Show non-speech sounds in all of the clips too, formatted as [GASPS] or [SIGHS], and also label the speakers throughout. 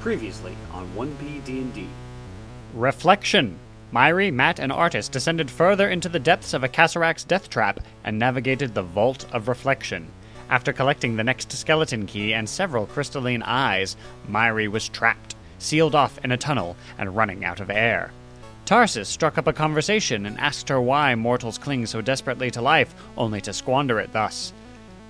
Speaker 1: Previously on 1P D&D.
Speaker 2: Reflection. Myri, Matt, and Artis descended further into the depths of a Casarax death trap and navigated the Vault of Reflection. After collecting the next skeleton key and several crystalline eyes, Myri was trapped, sealed off in a tunnel, and running out of air. Tarsus struck up a conversation and asked her why mortals cling so desperately to life, only to squander it thus.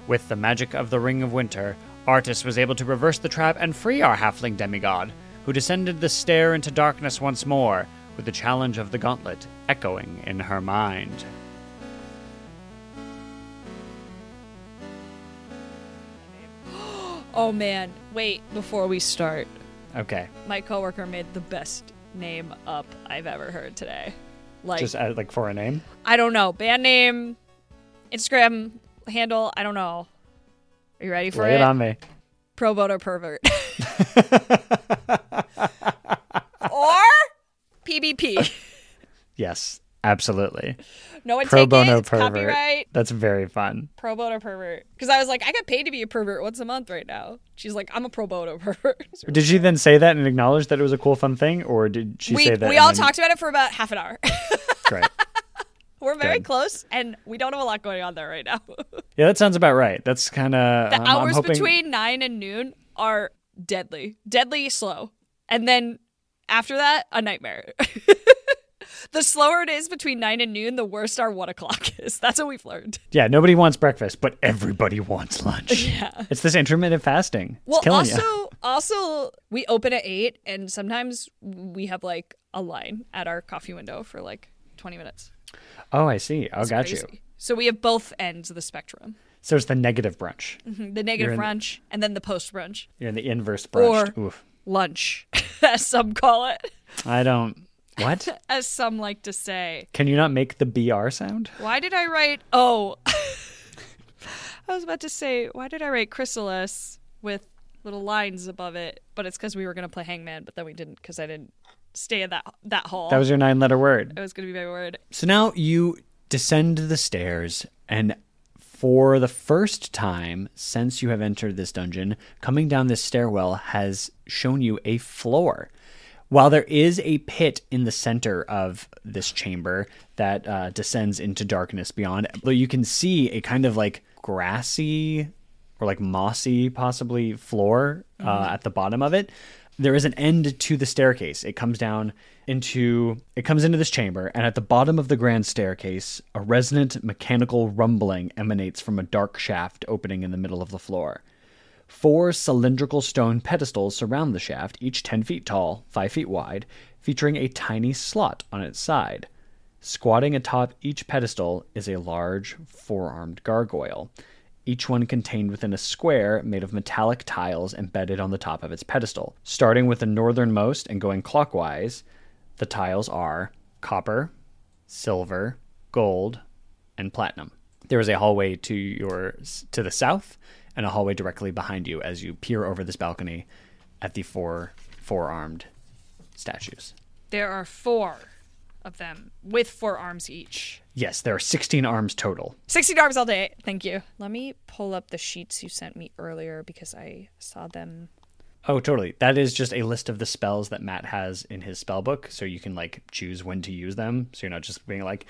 Speaker 2: With the magic of the Ring of Winter, Artis was able to reverse the trap and free our halfling demigod, who descended the stair into darkness once more, with the challenge of the gauntlet echoing in her mind.
Speaker 3: Oh man, wait, before we start,
Speaker 2: Okay,
Speaker 3: my coworker made the best name up I've ever heard today. Like
Speaker 2: just uh, like for a name.
Speaker 3: I don't know, band name, Instagram handle, I don't know. Are you ready for
Speaker 2: Lay
Speaker 3: it?
Speaker 2: it on me.
Speaker 3: Pro
Speaker 2: [LAUGHS]
Speaker 3: voter pervert. or PBP.
Speaker 2: Yes, absolutely.
Speaker 3: No one
Speaker 2: Pro
Speaker 3: take
Speaker 2: bono
Speaker 3: it. It's
Speaker 2: pervert.
Speaker 3: copyright.
Speaker 2: That's very fun.
Speaker 3: Pro bono pervert. Because I was like, I get paid to be a pervert once a month right now. She's like, I'm a pro bono [LAUGHS] pervert.
Speaker 2: Did she then say that and acknowledge that it was a cool, fun thing, or did she
Speaker 3: we
Speaker 2: say that?
Speaker 3: we
Speaker 2: and
Speaker 3: all
Speaker 2: then-
Speaker 3: talked about it for about half an hour.
Speaker 2: [LAUGHS] Great.
Speaker 3: We're very
Speaker 2: Good.
Speaker 3: close, and we don't have a lot going on there right now.
Speaker 2: Yeah, that sounds about right. That's kind of
Speaker 3: the
Speaker 2: I'm, I'm
Speaker 3: hours
Speaker 2: hoping-
Speaker 3: between nine and noon are deadly, deadly slow, and then after that, a nightmare. [LAUGHS] the slower it is between nine and noon, the worse our one o'clock [LAUGHS] is. That's what we've learned.
Speaker 2: Yeah, nobody wants breakfast, but everybody wants lunch.
Speaker 3: [LAUGHS]
Speaker 2: Yeah, it's this intermittent fasting. It's
Speaker 3: Well,
Speaker 2: killing
Speaker 3: also,
Speaker 2: you.
Speaker 3: also we open at eight, and sometimes we have like a line at our coffee window for like twenty minutes.
Speaker 2: Oh, I see. Oh, got you.
Speaker 3: Crazy. So we have both ends of the spectrum: [LAUGHS]
Speaker 2: So it's the negative brunch.
Speaker 3: the negative
Speaker 2: in-
Speaker 3: brunch, and then the post brunch.
Speaker 2: You're in the inverse brunch.
Speaker 3: Or-
Speaker 2: Oof.
Speaker 3: lunch, [LAUGHS] as some call it,
Speaker 2: I don't.
Speaker 3: [LAUGHS]
Speaker 2: What?
Speaker 3: as some like to say.
Speaker 2: Can you not make the BR sound?
Speaker 3: Why did I write? Oh, [LAUGHS] I was about to say, why did I write chrysalis with little lines above it? But it's because we were gonna play Hangman, but then we didn't because I didn't stay in that that hall.
Speaker 2: That was your nine letter word.
Speaker 3: it was gonna be my word.
Speaker 2: So now you descend the stairs, and for the first time since you have entered this dungeon, coming down this stairwell has shown you a floor. While there is a pit in the center of this chamber that uh, descends into darkness beyond, but you can see a kind of like grassy or like mossy, possibly floor uh, at the bottom of it. There is an end to the staircase. It comes down into it comes into this chamber, and at the bottom of the grand staircase, a resonant mechanical rumbling emanates from a dark shaft opening in the middle of the floor. Four cylindrical stone pedestals surround the shaft, each 10 feet tall, 5 feet wide, featuring a tiny slot on its side. Squatting atop each pedestal is a large, four armed gargoyle, each one contained within a square made of metallic tiles embedded on the top of its pedestal. Starting with the northernmost and going clockwise, the tiles are copper, silver, gold, and platinum. There is a hallway to your to the south and a hallway directly behind you as you peer over this balcony at the four four-armed statues.
Speaker 3: There are four of them with four arms each.
Speaker 2: Yes, there are 16 arms total.
Speaker 3: Sixty dollars all day. Thank you. Let me pull up the sheets you sent me earlier because I saw them.
Speaker 2: Oh, totally. That is just a list of the spells that Matt has in his spell book so you can like choose when to use them. So you're not just being like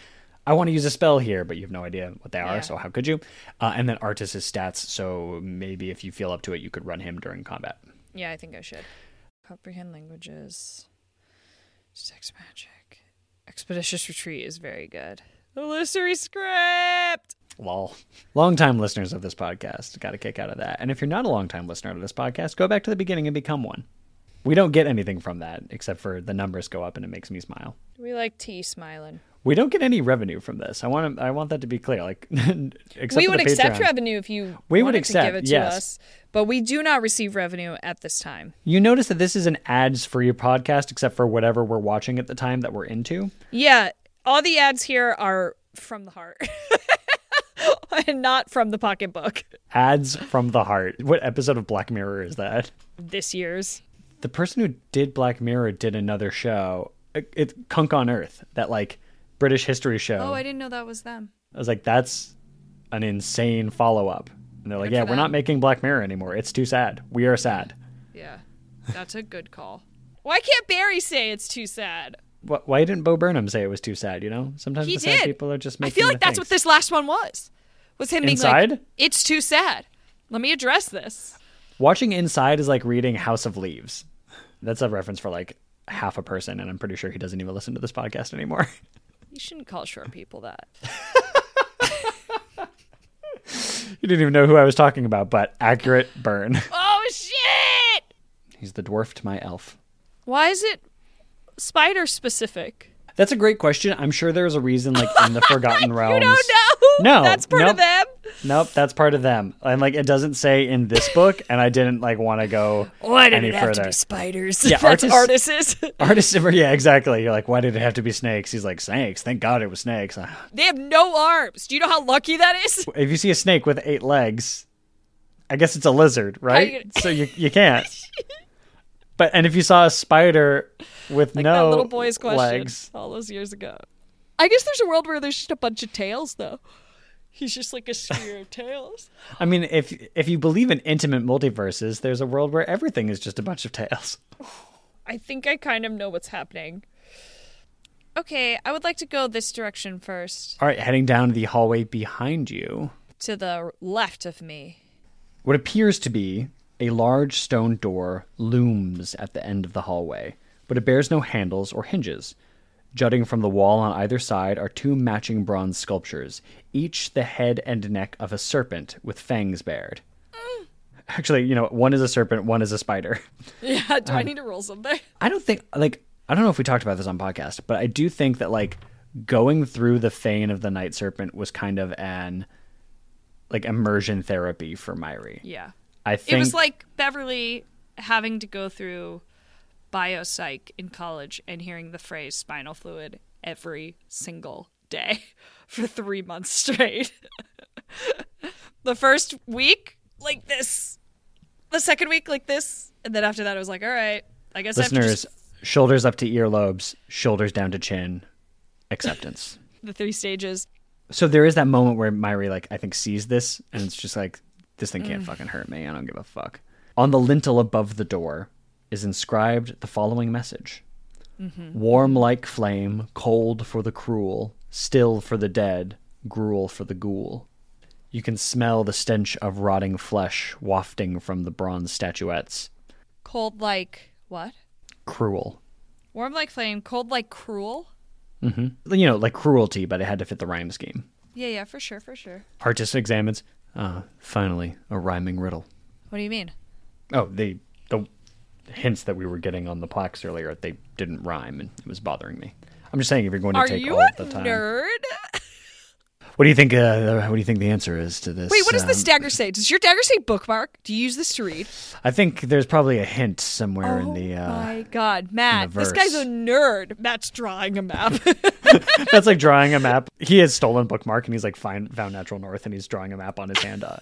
Speaker 2: I want to use a spell here, but you have no idea what they are,
Speaker 3: Yeah.
Speaker 2: so how could you? Uh, and then Artis's stats, so maybe if you feel up to it, you could run him during combat.
Speaker 3: Yeah, I think I should. Comprehend languages. Sex magic. Expeditious retreat is very good. Illusory script.
Speaker 2: Lol. Longtime listeners of this podcast got a kick out of that. And if you're not a longtime listener of this podcast, go back to the beginning and become one. We don't get anything from that except for the numbers go up and it makes me smile.
Speaker 3: We like tea smiling.
Speaker 2: We don't get any revenue from this. I want to, I want that to be clear. Like [LAUGHS] except
Speaker 3: we
Speaker 2: for
Speaker 3: would
Speaker 2: the
Speaker 3: accept
Speaker 2: Patreon.
Speaker 3: revenue if you
Speaker 2: We would
Speaker 3: wanted
Speaker 2: accept,
Speaker 3: to give it to
Speaker 2: yes.
Speaker 3: us, but we do not receive revenue at this time.
Speaker 2: You notice that this is an ads-free podcast except for whatever we're watching at the time that we're into.
Speaker 3: Yeah, all the ads here are from the heart. [LAUGHS] and not from the pocketbook.
Speaker 2: Ads from the heart. What episode of Black Mirror is that?
Speaker 3: This year's.
Speaker 2: the person who did Black Mirror did another show. It, it Kunk on Earth, that like British history show.
Speaker 3: Oh, I didn't know that was them.
Speaker 2: I was like, that's an insane follow up. And they're like,
Speaker 3: Good
Speaker 2: yeah,
Speaker 3: for
Speaker 2: we're not
Speaker 3: them.
Speaker 2: making Black Mirror anymore. It's too sad. We are sad.
Speaker 3: Yeah. That's a good call. Why can't Barry say it's too sad?
Speaker 2: Wh- Why didn't Bo Burnham say it was too sad? You know, sometimes
Speaker 3: He
Speaker 2: the sad
Speaker 3: did.
Speaker 2: people are just.
Speaker 3: I
Speaker 2: Making
Speaker 3: feel like
Speaker 2: the
Speaker 3: that's what
Speaker 2: things.
Speaker 3: this last one was. Was him being like,
Speaker 2: Inside?
Speaker 3: "It's too sad. Let me address this."
Speaker 2: Watching Inside is like reading House of Leaves. That's a reference for like half a person, and I'm pretty sure he doesn't even listen to this podcast anymore. [LAUGHS]
Speaker 3: You shouldn't call short people that.
Speaker 2: you didn't even know who I was talking about, but accurate burn.
Speaker 3: Oh shit!
Speaker 2: He's the dwarf to my elf.
Speaker 3: Why is it spider specific?
Speaker 2: That's a great question. I'm sure there was a reason, like in
Speaker 3: [LAUGHS]
Speaker 2: the Forgotten Realms.
Speaker 3: You don't know.
Speaker 2: No,
Speaker 3: [LAUGHS] that's part of
Speaker 2: nope.
Speaker 3: them.
Speaker 2: Nope, that's part of them. And like, it doesn't say in this book, and I didn't like want to go
Speaker 3: Why did
Speaker 2: any
Speaker 3: it have to
Speaker 2: further.
Speaker 3: be spiders?
Speaker 2: Yeah,
Speaker 3: that's
Speaker 2: artists-
Speaker 3: artists. [LAUGHS]
Speaker 2: Artists, yeah, exactly. You're like, why did it have to be snakes? He's like, snakes. Thank God it was snakes. Ah,
Speaker 3: they have no arms. Do you know how lucky that is?
Speaker 2: If you see a snake with eight legs, I guess it's a lizard, right?
Speaker 3: you-
Speaker 2: so you you can't. But and if you saw a spider with
Speaker 3: Like
Speaker 2: no
Speaker 3: [LAUGHS] that little boy's question
Speaker 2: legs,
Speaker 3: all those years ago. I guess there's a world where there's just a bunch of tails though. He's just like a
Speaker 2: [LAUGHS]
Speaker 3: sphere of tails.
Speaker 2: I mean, if if you believe in intimate multiverses, there's a world where everything is just a bunch of tails.
Speaker 3: I think I kind of know what's happening. Okay, I would like to go this direction first.
Speaker 2: All right, heading down the hallway behind you,
Speaker 3: To the left of me.
Speaker 2: what appears to be a large stone door looms at the end of the hallway, but it bears no handles or hinges. Jutting from the wall on either side are two matching bronze sculptures, each the head and neck of a serpent with fangs bared. Actually, you know, one is a serpent, one is a spider.
Speaker 3: [LAUGHS]
Speaker 2: [LAUGHS]
Speaker 3: Yeah, do I need to roll something?
Speaker 2: I don't think like I don't know if we talked about this on podcast, but I do think that like going through the fane of the night serpent was kind of an like immersion therapy for Myri.
Speaker 3: [LAUGHS] Yeah.
Speaker 2: I think
Speaker 3: It was like Beverly having to go through biopsych in college and hearing the phrase spinal fluid every single day [LAUGHS] for three months straight. [LAUGHS] the first week, like this. The second week, like this. And then after that, I was like, all right, I guess I have to
Speaker 2: listeners,
Speaker 3: just
Speaker 2: shoulders up to earlobes, shoulders down to chin, acceptance.
Speaker 3: the three stages.
Speaker 2: so there is that moment where Myri like I think sees this and it's just like this thing
Speaker 3: Mm.
Speaker 2: can't fucking hurt me. I don't give a fuck. On the lintel above the door is inscribed the following message.
Speaker 3: Mm-hmm.
Speaker 2: Warm like flame, cold for the cruel, still for the dead, gruel for the ghoul. You can smell the stench of rotting flesh wafting from the bronze statuettes.
Speaker 3: Cold like what?
Speaker 2: Cruel.
Speaker 3: Warm like flame, cold like cruel.
Speaker 2: You know, like cruelty, but it had to fit the rhyme scheme.
Speaker 3: Yeah, yeah, for sure, for sure.
Speaker 2: Artist examines. Ah, finally, a rhyming riddle.
Speaker 3: What do you mean?
Speaker 2: Oh, the the hints that we were getting on the plaques earlier, they didn't rhyme, and it was bothering me. I'm just saying, if you're going to
Speaker 3: Are
Speaker 2: take
Speaker 3: you
Speaker 2: all
Speaker 3: a
Speaker 2: the time,
Speaker 3: nerd?
Speaker 2: what do you think? Uh, what do you think the answer is to this?
Speaker 3: Wait, what does this
Speaker 2: um,
Speaker 3: dagger say? Does your dagger say bookmark? Do you use this to read?
Speaker 2: I think there's probably a hint somewhere in the.
Speaker 3: oh
Speaker 2: Uh,
Speaker 3: my god, Matt!
Speaker 2: the
Speaker 3: This guy's a
Speaker 2: verse.
Speaker 3: nerd. Matt's drawing a map.
Speaker 2: [LAUGHS]
Speaker 3: [LAUGHS]
Speaker 2: that's like drawing a map. He has stolen bookmark, and he's like find, found natural north, and he's drawing a map on his hand. Uh,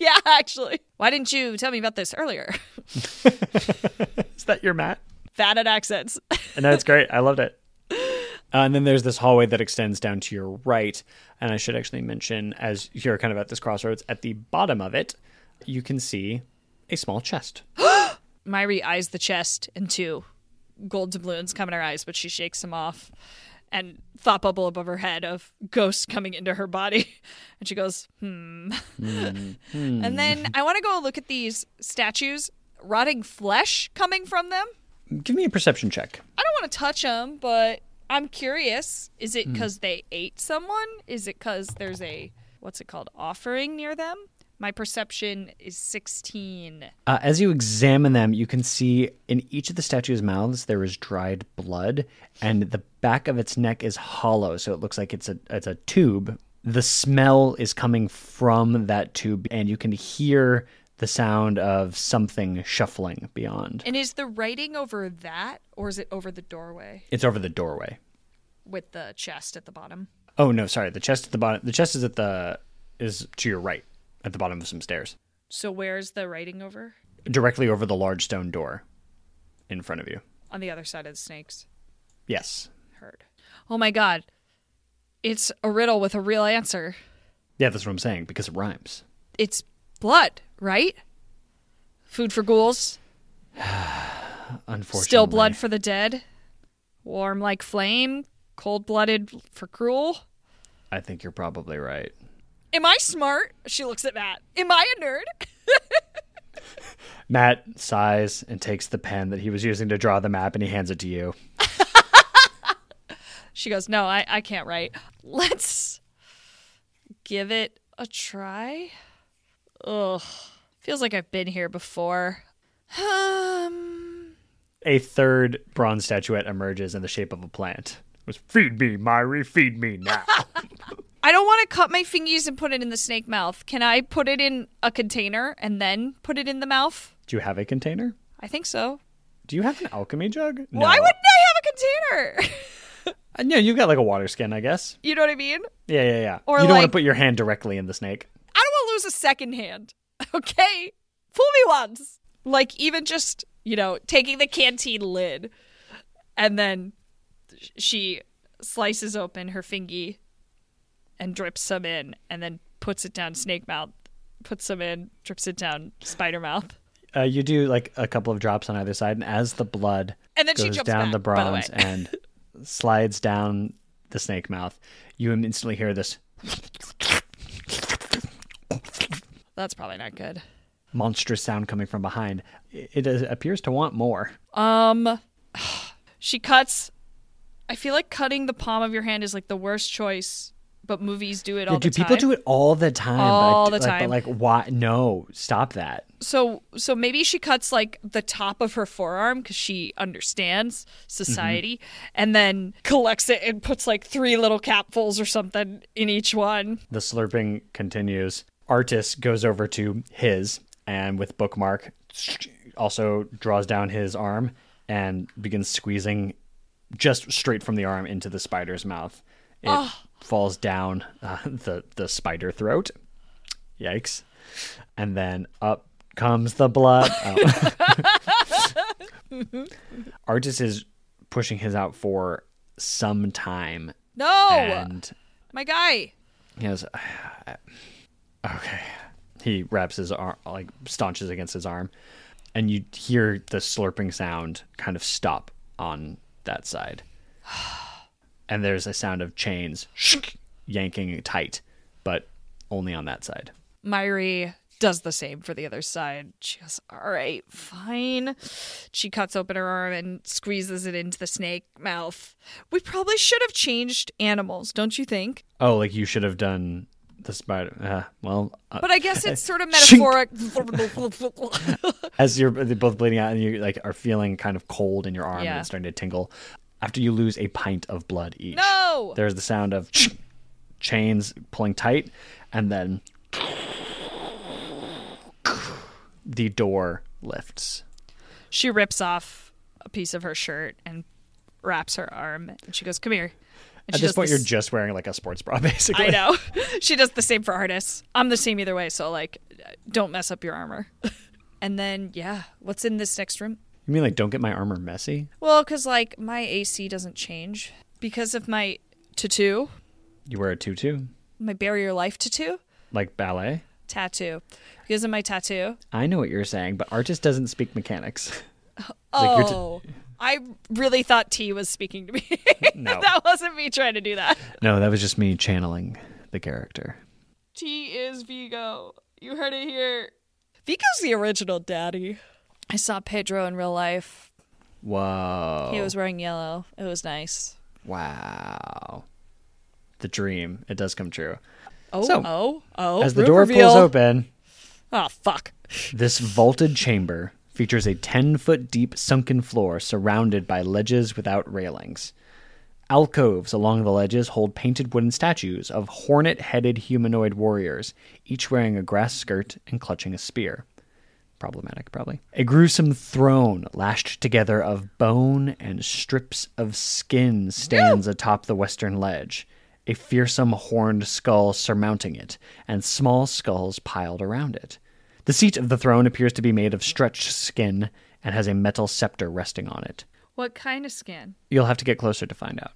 Speaker 3: yeah, actually. Why didn't you tell me about this earlier? [LAUGHS]
Speaker 2: is that your mat?
Speaker 3: Bad at accents.
Speaker 2: And that's great. I loved it. Uh, and then there's this hallway that extends down to your right. And I should actually mention, as you're kind of at this crossroads, at the bottom of it, you can see a small chest. [GASPS]
Speaker 3: Myri eyes the chest and two gold doubloons come in her eyes, but she shakes them off. And thought bubble above her head of ghosts coming into her body. [LAUGHS] And she goes, hmm. and then I want to go look at these statues, rotting flesh coming from them.
Speaker 2: Give me a perception check.
Speaker 3: I don't want to touch them, but I'm curious. Is it because they ate someone? Is it because there's a, what's it called, offering near them? My perception is 16.
Speaker 2: Uh, as you examine them, you can see in each of the statue's mouths there is dried blood, and the back of its neck is hollow, so it looks like it's a it's a tube. The smell is coming from that tube, and you can hear the sound of something shuffling beyond.
Speaker 3: And is the writing over that, or is it over the doorway
Speaker 2: It's over the doorway.
Speaker 3: with the chest at the bottom?
Speaker 2: Oh no, sorry. The chest at the bottom. The chest is at the is to your right at the bottom of some stairs,
Speaker 3: So where's the writing over?
Speaker 2: directly over the large stone door in front of you.
Speaker 3: On the other side of the snakes.
Speaker 2: Yes.
Speaker 3: Heard. Oh my god. It's a riddle with a real answer.
Speaker 2: Yeah, that's what I'm saying because it rhymes.
Speaker 3: It's blood, right? Food for ghouls.
Speaker 2: Unfortunately,
Speaker 3: Still blood for the dead. Warm like flame. Cold blooded for cruel.
Speaker 2: I think you're probably right.
Speaker 3: Am I smart? She looks at Matt. Am I a nerd?
Speaker 2: Matt sighs and takes the pen that he was using to draw the map and he hands it to you.
Speaker 3: She goes, No, I, I can't write. [LAUGHS] Let's give it a try. Ugh. Feels like I've been here before. Um,
Speaker 2: A third bronze statuette emerges in the shape of a plant. It was feed me, Myri, feed me now.
Speaker 3: I don't want to cut my fingers and put it in the snake mouth. Can I put it in a container and then put it in the mouth?
Speaker 2: Do you have a container?
Speaker 3: I think so.
Speaker 2: Do you have an alchemy jug? No.
Speaker 3: Why wouldn't I have a container? [LAUGHS]
Speaker 2: Uh, No, you've got like a water skin, I guess.
Speaker 3: you know what I mean?
Speaker 2: Yeah, yeah, yeah.
Speaker 3: Or
Speaker 2: you don't want
Speaker 3: like-
Speaker 2: to put your hand directly in the snake.
Speaker 3: I don't want to lose a second hand. [LAUGHS] Okay? Fool me once. Like, even just, you know, taking the canteen lid and then sh- she slices open her fingy and drips some in and then puts it down snake mouth, puts some in, drips it down spider mouth.
Speaker 2: Uh, you do like a couple of drops on either side, and as the blood
Speaker 3: And then she
Speaker 2: goes
Speaker 3: jumps
Speaker 2: down
Speaker 3: back,
Speaker 2: the
Speaker 3: by the
Speaker 2: bronze
Speaker 3: way. [LAUGHS]
Speaker 2: and slides down the snake mouth, you instantly hear this
Speaker 3: That's probably not good.
Speaker 2: monstrous sound coming from behind. It it appears to want more.
Speaker 3: Um, [SIGHS] she cuts. I feel like cutting the palm of your hand is like the worst choice, but movies do it all
Speaker 2: do
Speaker 3: the time.
Speaker 2: people do it all the time?
Speaker 3: All
Speaker 2: but, I-
Speaker 3: the
Speaker 2: like-
Speaker 3: time.
Speaker 2: But like, why? No, stop that.
Speaker 3: so so maybe she cuts like the top of her forearm because she understands society
Speaker 2: Mm-hmm.
Speaker 3: and then collects it and puts like three little capfuls or something in each one
Speaker 2: The slurping continues. Artis goes over to his and with bookmark also draws down his arm and begins squeezing just straight from the arm into the spider's mouth. It falls down uh, the the spider throat. Yikes. And then up comes the blood. Oh. Artis is pushing his out for some time
Speaker 3: no
Speaker 2: and
Speaker 3: my guy
Speaker 2: he goes, [SIGHS] okay. He wraps his arm, like staunches against his arm, and you hear the slurping sound kind of stop on that side. [SIGHS] And there's a sound of chains [SNIFFS] yanking tight, but only on that side.
Speaker 3: myri does the same for the other side she goes all right fine she cuts open her arm and squeezes it into the snake mouth we probably should have changed animals don't you think
Speaker 2: Oh, like you should have done the spider. Uh, well, uh,
Speaker 3: but i guess it's sort
Speaker 2: [LAUGHS]
Speaker 3: of
Speaker 2: Shink.
Speaker 3: metaphoric [LAUGHS]
Speaker 2: as you're they're both bleeding out and you like are feeling kind of cold in your arm and
Speaker 3: Yeah.
Speaker 2: it's starting to tingle. After you lose a pint of blood each,
Speaker 3: No!
Speaker 2: there's the sound of chains pulling tight, and then the door lifts.
Speaker 3: She rips off a piece of her shirt and wraps her arm, and she goes, "Come here." And
Speaker 2: At
Speaker 3: she
Speaker 2: this
Speaker 3: does
Speaker 2: point,
Speaker 3: the
Speaker 2: you're
Speaker 3: s-
Speaker 2: just wearing like a sports bra, [LAUGHS] basically.
Speaker 3: I know. [LAUGHS] she does the same for artists. I'm the same either way, so like, don't mess up your armor. [LAUGHS] and then, yeah, what's in this next room?
Speaker 2: You mean like don't get my armor messy?
Speaker 3: Well, because like my AC doesn't change because of my tattoo,
Speaker 2: You wear a tutu,
Speaker 3: my barrier life tattoo,
Speaker 2: like ballet.
Speaker 3: tattoo, because of my tattoo.
Speaker 2: I know what you're saying, but artist doesn't speak mechanics. Like you're t-
Speaker 3: Oh. I really thought T was speaking to me. [LAUGHS]
Speaker 2: No.
Speaker 3: that wasn't me trying to do that.
Speaker 2: [LAUGHS] No, that was just me channeling the character.
Speaker 3: T is Vigo. You heard it here. Vigo's the original daddy. I saw Pedro in real life.
Speaker 2: Whoa.
Speaker 3: He was wearing yellow. It was nice.
Speaker 2: Wow. The dream. It does come true.
Speaker 3: Oh,
Speaker 2: So,
Speaker 3: oh, oh.
Speaker 2: As the
Speaker 3: root
Speaker 2: door
Speaker 3: reveal.
Speaker 2: pulls open,
Speaker 3: Oh, fuck.
Speaker 2: this vaulted chamber features a 10 foot deep sunken floor surrounded by ledges without railings. Alcoves along the ledges hold painted wooden statues of hornet headed humanoid warriors, each wearing a grass skirt and clutching a spear. Problematic, probably. A gruesome throne lashed together of bone and strips of skin stands atop the western ledge, a fearsome horned skull surmounting it, and small skulls piled around it. The seat of the throne appears to be made of stretched skin and has a metal scepter resting on it.
Speaker 3: What kind of skin?
Speaker 2: You'll have to get closer to find out.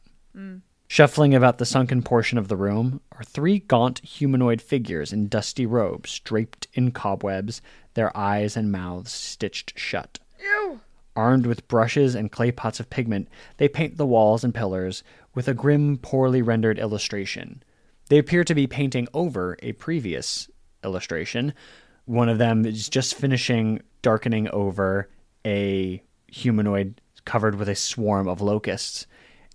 Speaker 2: Shuffling about the sunken portion of the room are three gaunt humanoid figures in dusty robes, draped in cobwebs, their eyes and mouths stitched shut.
Speaker 3: Ew.
Speaker 2: Armed with brushes and clay pots of pigment, they paint the walls and pillars with a grim, poorly rendered illustration. They appear to be painting over a previous illustration. One of them is just finishing darkening over a humanoid covered with a swarm of locusts,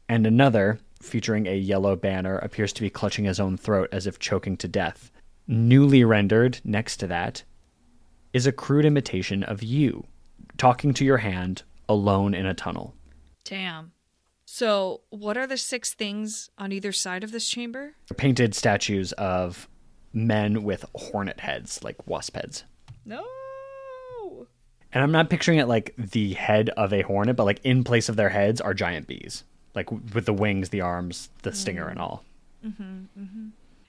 Speaker 2: and another, featuring a yellow banner, appears to be clutching his own throat as if choking to death. Newly rendered, next to that, is a crude imitation of you talking to your hand alone in a tunnel.
Speaker 3: Damn. So, what are the six things on either side of this chamber?
Speaker 2: Painted statues of men with hornet heads, like wasp heads.
Speaker 3: No.
Speaker 2: And I'm not picturing it like the head of a hornet, but like in place of their heads are giant bees, like w- with the wings, the arms, the stinger, and all.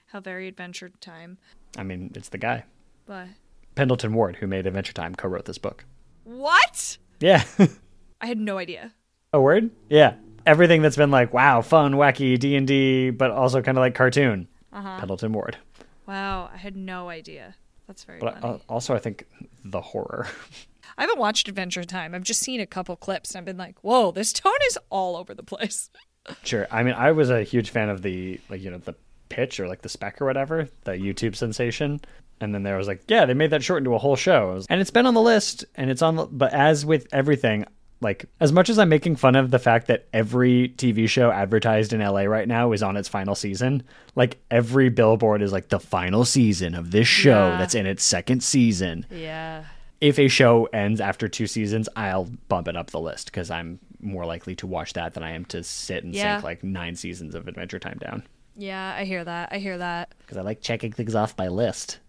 Speaker 3: How very adventure time.
Speaker 2: I mean, it's the guy,
Speaker 3: But
Speaker 2: Pendleton Ward, who made Adventure Time, co wrote this book.
Speaker 3: what?
Speaker 2: Yeah. [LAUGHS]
Speaker 3: I had no idea.
Speaker 2: a word? Yeah. Everything that's been like, wow, fun, wacky, D&D, but also kind of like cartoon. Pendleton Ward.
Speaker 3: Wow, I had no idea. That's very
Speaker 2: But
Speaker 3: funny.
Speaker 2: uh, also, I think the horror. [LAUGHS]
Speaker 3: I haven't watched Adventure Time. I've just seen a couple clips and I've been like, whoa, this tone is all over the place. [LAUGHS]
Speaker 2: Sure. I mean, I was a huge fan of the like you know the pitch or like the spec or whatever, the YouTube sensation. And then there was like, yeah, they made that short into a whole show, I was- and it's been on the list, and it's on. the- But as with everything, like as much as I'm making fun of the fact that every TV show advertised in LA right now is on its final season, like every billboard is like the final season of this show
Speaker 3: Yeah.
Speaker 2: that's in its second season.
Speaker 3: Yeah.
Speaker 2: If a show ends after two seasons, I'll bump it up the list because I'm more likely to watch that than I am to sit and
Speaker 3: Yeah.
Speaker 2: sink like nine seasons of Adventure Time down
Speaker 3: Yeah, I hear that. I hear that.
Speaker 2: because I like checking things off my list.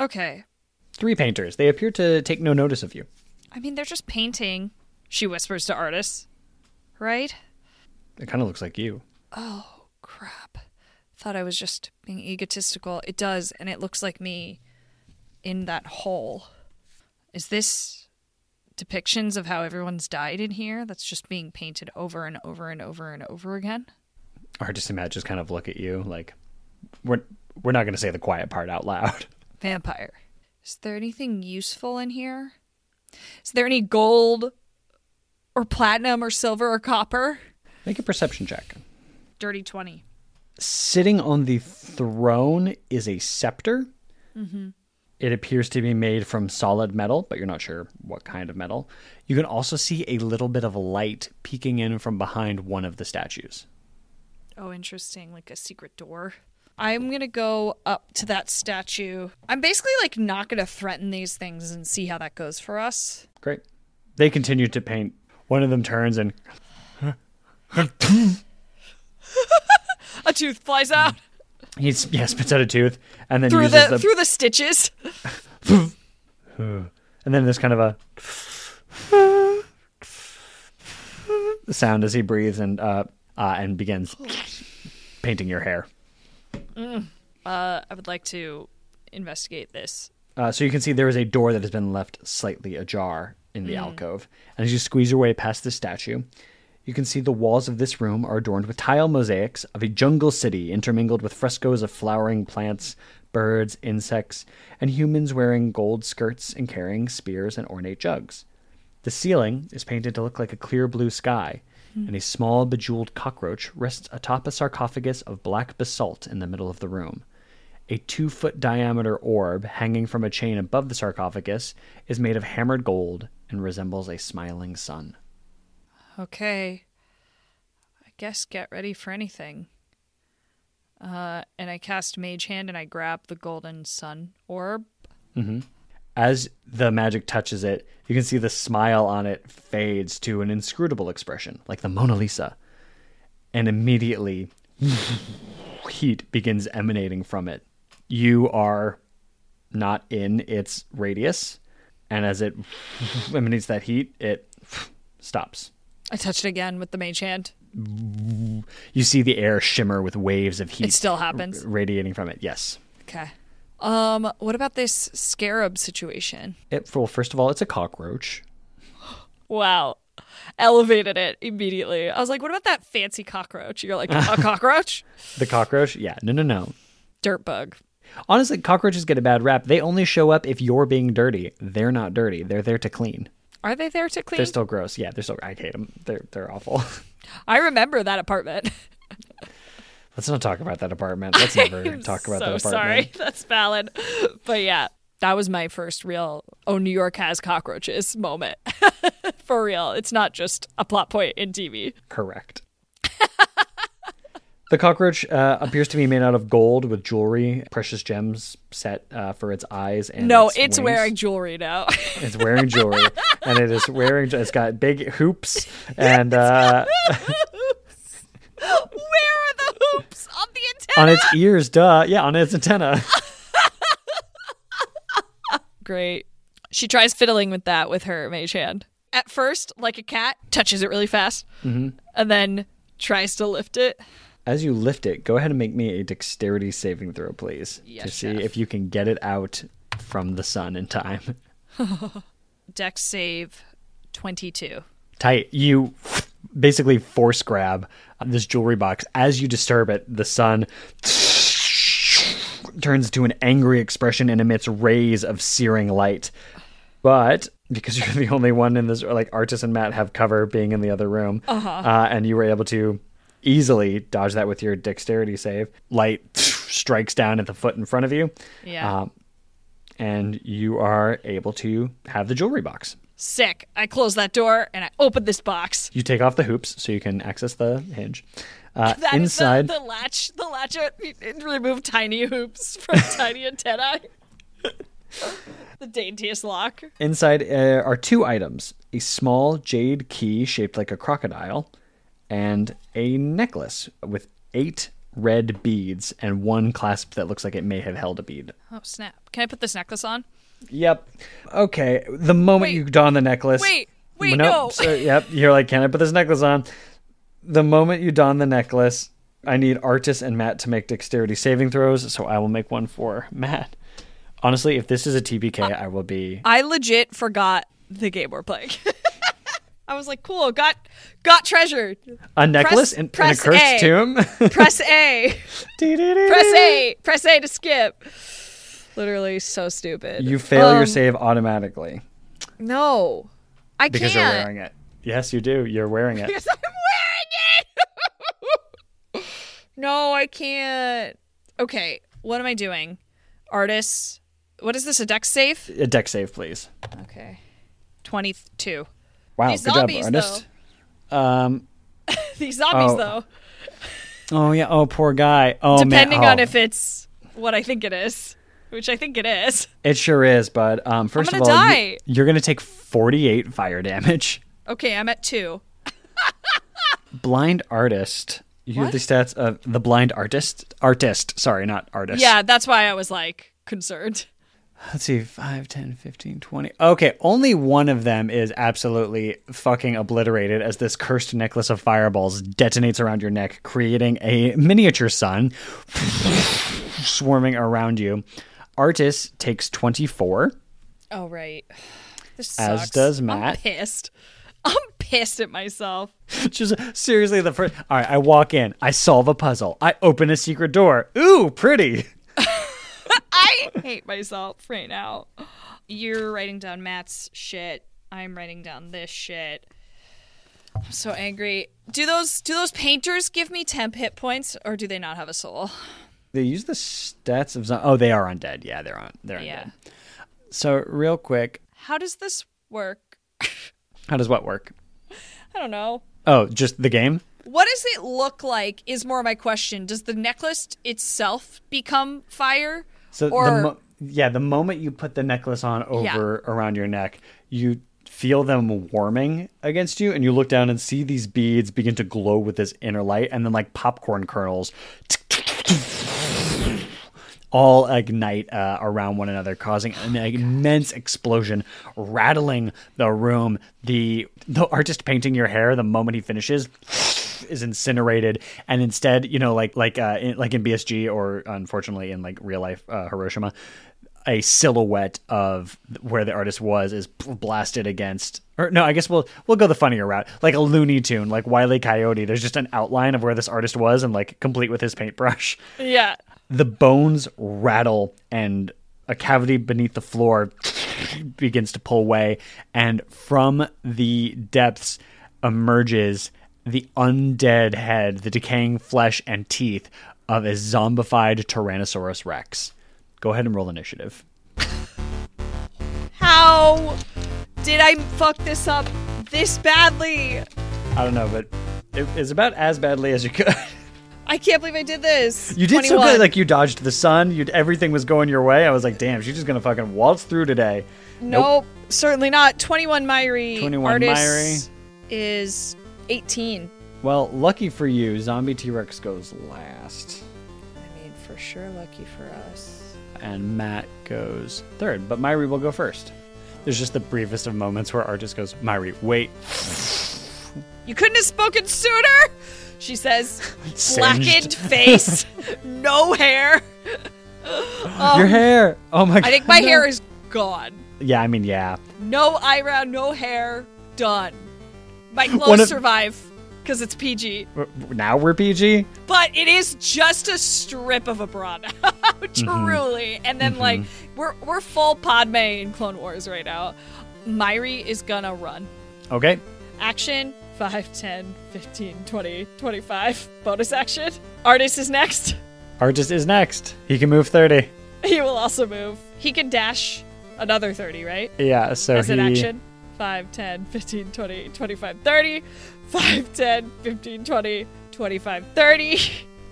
Speaker 3: Okay.
Speaker 2: Three painters. They appear to take no notice of you,
Speaker 3: I mean, they're just painting, she whispers to artists. Right?
Speaker 2: it kind of looks like you.
Speaker 3: Crap. Thought I was just being egotistical. It does, and it looks like me in that hole. Is this depictions of how everyone's died in here that's just being painted over and over and over and over again?
Speaker 2: Artist and Matt just kind of look at you like we're we're not going to say the quiet part out loud. [LAUGHS]
Speaker 3: Vampire. Is there anything useful in here? Is there any gold or platinum or silver or copper?
Speaker 2: Make a perception check.
Speaker 3: Dirty 20.
Speaker 2: Sitting on the throne is a scepter.
Speaker 3: Mm-hmm.
Speaker 2: It appears to be made from solid metal, but you're not sure what kind of metal. You can also see a little bit of light peeking in from behind one of the statues.
Speaker 3: Oh, interesting. Like a secret door. I'm going to go up to that statue. I'm basically like not going to threaten these things and see how that goes for us.
Speaker 2: Great. They continue to paint. One of them turns and
Speaker 3: A tooth flies out
Speaker 2: he's [LAUGHS] yeah spits out a tooth, and then
Speaker 3: through
Speaker 2: uses
Speaker 3: the,
Speaker 2: the,
Speaker 3: through the stitches.
Speaker 2: and then there's kind of a sound as he breathes and uh, uh and begins painting your hair.
Speaker 3: Uh, I would like to investigate this.
Speaker 2: Uh, so you can see there is a door that has been left slightly ajar in the alcove. And as you squeeze your way past the statue, you can see the walls of this room are adorned with tile mosaics of a jungle city intermingled with frescoes of flowering plants, birds, insects, and humans wearing gold skirts and carrying spears and ornate jugs. The ceiling is painted to look like a clear blue sky, and a small bejeweled cockroach rests atop a sarcophagus of black basalt in the middle of the room. A two foot diameter orb hanging from a chain above the sarcophagus is made of hammered gold and resembles a smiling sun.
Speaker 3: Okay. I guess get ready for anything. Uh, and I cast Mage Hand and I grab the golden sun orb.
Speaker 2: As the magic touches it, you can see the smile on it fades to an inscrutable expression, like the Mona Lisa. And immediately, [LAUGHS] heat begins emanating from it. You are not in its radius, and as it [LAUGHS] emanates that heat, it [LAUGHS] stops.
Speaker 3: I touched again with the Mage Hand.
Speaker 2: You see the air shimmer with waves of heat
Speaker 3: It still happens.
Speaker 2: radiating from it. Yes.
Speaker 3: Okay. Um, what about this scarab situation?
Speaker 2: It, well, first of all, it's a cockroach.
Speaker 3: Wow. Elevated it immediately. I was like, what about that fancy cockroach? You're like, [LAUGHS] a cockroach?
Speaker 2: The cockroach? Yeah. No, no, no.
Speaker 3: Dirt bug.
Speaker 2: Honestly, cockroaches get a bad rap. They only show up if you're being dirty. They're not dirty. They're there to clean.
Speaker 3: Are they there to clean?
Speaker 2: They're still gross. Yeah, they're still. I hate them. They're they're awful. [LAUGHS]
Speaker 3: I remember that apartment. [LAUGHS]
Speaker 2: Let's not talk about that apartment. Let's never
Speaker 3: I'm
Speaker 2: talk about
Speaker 3: so
Speaker 2: that apartment.
Speaker 3: Sorry, [LAUGHS] that's valid. But yeah, that was my first real "Oh, New York has cockroaches" moment. [LAUGHS] For real, it's not just a plot point in TV.
Speaker 2: Correct. the cockroach uh, appears to be made out of gold with jewelry, precious gems set uh, for its eyes and
Speaker 3: No,
Speaker 2: its,
Speaker 3: it's
Speaker 2: wings.
Speaker 3: wearing jewelry now. [LAUGHS]
Speaker 2: it's wearing jewelry and it is wearing it's got big hoops and uh,
Speaker 3: Where are the hoops on the
Speaker 2: on
Speaker 3: antenna?
Speaker 2: its ears. Duh, yeah, on its antenna. [LAUGHS]
Speaker 3: Great. She tries fiddling with that with her mage hand. At first, like a cat, touches it really fast,
Speaker 2: Mm-hmm.
Speaker 3: and then tries to lift it.
Speaker 2: As you lift it, go ahead and make me a dexterity saving throw, please, to
Speaker 3: Yes,
Speaker 2: see
Speaker 3: chef.
Speaker 2: if you can get it out from the sun in time.
Speaker 3: Dex save twenty-two.
Speaker 2: tight. You basically force grab uh, this jewelry box. As you disturb it, the sun turns to an angry expression and emits rays of searing light. But because [LAUGHS] you're the only one in this, or like Artis and Matt have cover being in the other room, uh-huh. and you were able to easily dodge that with your dexterity save, light [SNIFFS] strikes down at the foot in front of you,
Speaker 3: Yeah.
Speaker 2: Um, and you are able to have the jewelry box.
Speaker 3: Sick. I close that door and I open this box.
Speaker 2: You take off the hoops so you can access the hinge. Uh,
Speaker 3: That is
Speaker 2: inside,
Speaker 3: the, the latch. The latch. uh, It, it removed tiny
Speaker 2: [LAUGHS]
Speaker 3: hoops from tiny antennae. the daintiest lock.
Speaker 2: inside uh, are two items: a small jade key shaped like a crocodile, and a necklace with eight red beads and one clasp that looks like it may have held a bead.
Speaker 3: Oh snap! Can I put this necklace on?
Speaker 2: Yep. Okay. The moment
Speaker 3: Wait.
Speaker 2: you don the necklace.
Speaker 3: Wait. Wait, no.
Speaker 2: so- yep. You're like, can I put this necklace on? The moment you don the necklace, I need Artis and Matt to make dexterity saving throws, so I will make one for Matt. Honestly, if this is a
Speaker 3: Uh,
Speaker 2: TBK, I will be.
Speaker 3: I legit forgot the game we're playing. [LAUGHS] I was like, cool. Got got treasure.
Speaker 2: A necklace and, and a
Speaker 3: press
Speaker 2: cursed
Speaker 3: A.
Speaker 2: tomb? [LAUGHS]
Speaker 3: Press [LAUGHS] A. Press A. Press A to skip. Literally so stupid.
Speaker 2: You fail your
Speaker 3: Um,
Speaker 2: save automatically
Speaker 3: No, I
Speaker 2: because
Speaker 3: can't.
Speaker 2: you're wearing it. Yes, you do. You're wearing
Speaker 3: [LAUGHS]
Speaker 2: it.
Speaker 3: because I'm wearing it. [LAUGHS] no, I can't. Okay, what am I doing? Artists. What is this? A deck safe?
Speaker 2: A deck save, please.
Speaker 3: Okay. 22.
Speaker 2: Wow,
Speaker 3: These
Speaker 2: good
Speaker 3: zombies,
Speaker 2: job, Ernest. Um,
Speaker 3: These zombies,
Speaker 2: Oh,
Speaker 3: though,
Speaker 2: Oh yeah. Oh poor guy. Oh
Speaker 3: depending
Speaker 2: man. Oh,
Speaker 3: on if it's what I think it is, which I think it is.
Speaker 2: it sure is. But um, 1st
Speaker 3: gonna
Speaker 2: of all,
Speaker 3: die.
Speaker 2: You, are gonna take forty-eight fire damage.
Speaker 3: Okay, I'm at two.
Speaker 2: Blind artist. You have
Speaker 3: What?
Speaker 2: the stats of the blind artist. Artist. Sorry, not artist.
Speaker 3: Yeah, that's why I was like concerned.
Speaker 2: Let's see. 5, 10, 15, 20. Okay. Only one of them is absolutely fucking obliterated as this cursed necklace of fireballs detonates around your neck, creating a miniature sun [LAUGHS] swarming around you. Artist takes 24.
Speaker 3: Oh, right. [SIGHS] This
Speaker 2: As
Speaker 3: sucks.
Speaker 2: does
Speaker 3: I'm
Speaker 2: Matt.
Speaker 3: pissed. I'm pissed at myself.
Speaker 2: Just seriously, the first. All right, I walk in, I solve a puzzle, I open a secret door. Ooh, pretty.
Speaker 3: I hate myself right now. You're writing down Matt's shit. I'm writing down this shit. I'm so angry. Do those do those painters give me temp hit points or do they not have a soul?
Speaker 2: They use the stats of. zo- Oh, they are undead. Yeah, they're on. They're undead.
Speaker 3: Yeah.
Speaker 2: So real quick,
Speaker 3: How does this work?
Speaker 2: how does what work?
Speaker 3: I don't know.
Speaker 2: Oh, just the game.
Speaker 3: What does it look like is more my question. Does the necklace itself become fire?
Speaker 2: So
Speaker 3: or
Speaker 2: the mo- yeah, the moment you put the necklace on over around your neck, you feel them warming against you, and you look down and see these beads begin to glow with this inner light, and then like popcorn kernels. All ignite uh, around one another, causing an immense explosion, rattling the room. The the artist painting your hair the moment he finishes [SNIFFS] is incinerated and instead you know like like uh in, like in bsg or unfortunately in like real life uh, hiroshima a silhouette of where the artist was is blasted against or no i guess we'll we'll go the funnier route like a looney tune like wiley coyote there's just an outline of where this artist was and like complete with his paintbrush [LAUGHS]
Speaker 3: Yeah.
Speaker 2: the bones rattle and a cavity beneath the floor [SNIFFS] begins to pull away, and from the depths emerges the undead head, the decaying flesh and teeth of a zombified Tyrannosaurus Rex. Go ahead and roll initiative.
Speaker 3: How did I fuck this up this badly?
Speaker 2: I don't know, but it is about as badly as you could.
Speaker 3: I can't believe I did this.
Speaker 2: [LAUGHS] You did so
Speaker 3: 21.
Speaker 2: good, like you dodged the sun. You everything was going your way. I was like, damn, she's just gonna fucking waltz through today.
Speaker 3: nope, certainly not. 21 Myri.
Speaker 2: 21
Speaker 3: artist is 18.
Speaker 2: Well, lucky for you, zombie T Rex goes last,
Speaker 3: I mean, for sure, lucky for us.
Speaker 2: and Matt goes third. But Myri will go first. There's just the briefest of moments where Art just goes, Myri, wait,
Speaker 3: You couldn't have spoken sooner, she says.
Speaker 2: [LAUGHS] Singed. [LAUGHS]
Speaker 3: Blackened face, no hair.
Speaker 2: your hair. Oh my god.
Speaker 3: um, I think my hair is gone.
Speaker 2: Yeah, I mean, yeah.
Speaker 3: No eyebrow, no hair, done.
Speaker 2: [LAUGHS]
Speaker 3: My
Speaker 2: One
Speaker 3: clothes
Speaker 2: of-
Speaker 3: survive because it's PG,
Speaker 2: W- w- Now we're PG.
Speaker 3: but it is just a strip of a bra [LAUGHS] now,
Speaker 2: Mm-hmm.
Speaker 3: truly. And then like we're we're full Padme in Clone Wars right now. Myri is gonna run.
Speaker 2: Okay.
Speaker 3: Action 5, 10, 15, 20, 25. Bonus action. Artist is next. [LAUGHS]
Speaker 2: Artist is next. He can move thirty.
Speaker 3: He will also move. He can dash another 30, right?
Speaker 2: Yeah. So
Speaker 3: As
Speaker 2: he.
Speaker 3: an action. 5, 10, 15, 20, 25, 30. 5, 10, 15, 20, 25, [LAUGHS] 30.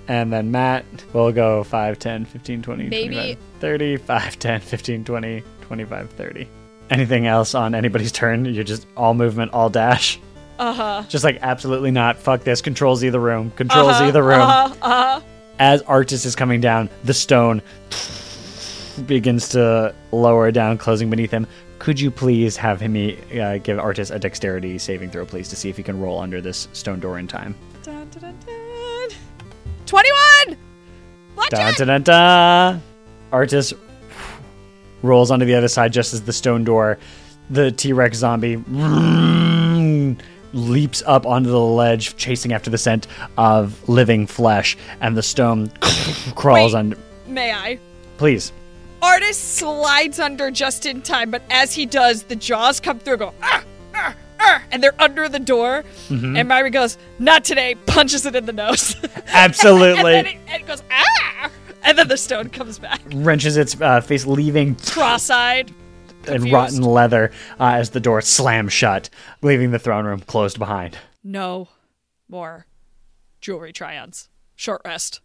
Speaker 2: And then Matt will go 5, 10, 15, 20,
Speaker 3: Maybe-
Speaker 2: 25, 30, 5, 10, 15, 20, 25, 30. Anything else on anybody's turn? You're just all movement, all dash.
Speaker 3: Uh huh.
Speaker 2: Just like absolutely not. Fuck this. Controls either room. Controls
Speaker 3: Uh-huh,
Speaker 2: either room.
Speaker 3: Uh huh.
Speaker 2: As Artis is coming down, the stone begins to lower down, closing beneath him. Could you please have him uh, give Artis a dexterity saving throw, please, to see if he can roll under this stone door in time?
Speaker 3: Dun, dun, dun, dun. 21! Watch
Speaker 2: Dun,
Speaker 3: it!
Speaker 2: dun, dun, dun. Artis rolls onto the other side just as the stone door. The T Rex zombie leaps up onto the ledge, chasing after the scent of living flesh, and the stone [LAUGHS] crawls
Speaker 3: Wait.
Speaker 2: under.
Speaker 3: May [LAUGHS] I?
Speaker 2: Please.
Speaker 3: Artist slides under just in time, but as he does, the jaws come through and go, ah, ah, ah, and they're under the door.
Speaker 2: Mm-hmm.
Speaker 3: And Myra goes, not today, punches it in the nose. [LAUGHS] and then
Speaker 2: Absolutely.
Speaker 3: it, and it goes, ah! And then the stone comes back,
Speaker 2: [LAUGHS] Wrenches its uh, face, leaving
Speaker 3: cross eyed.
Speaker 2: in rotten leather uh, as the door slams shut, leaving the throne room closed behind.
Speaker 3: No more jewelry try ons. Short rest.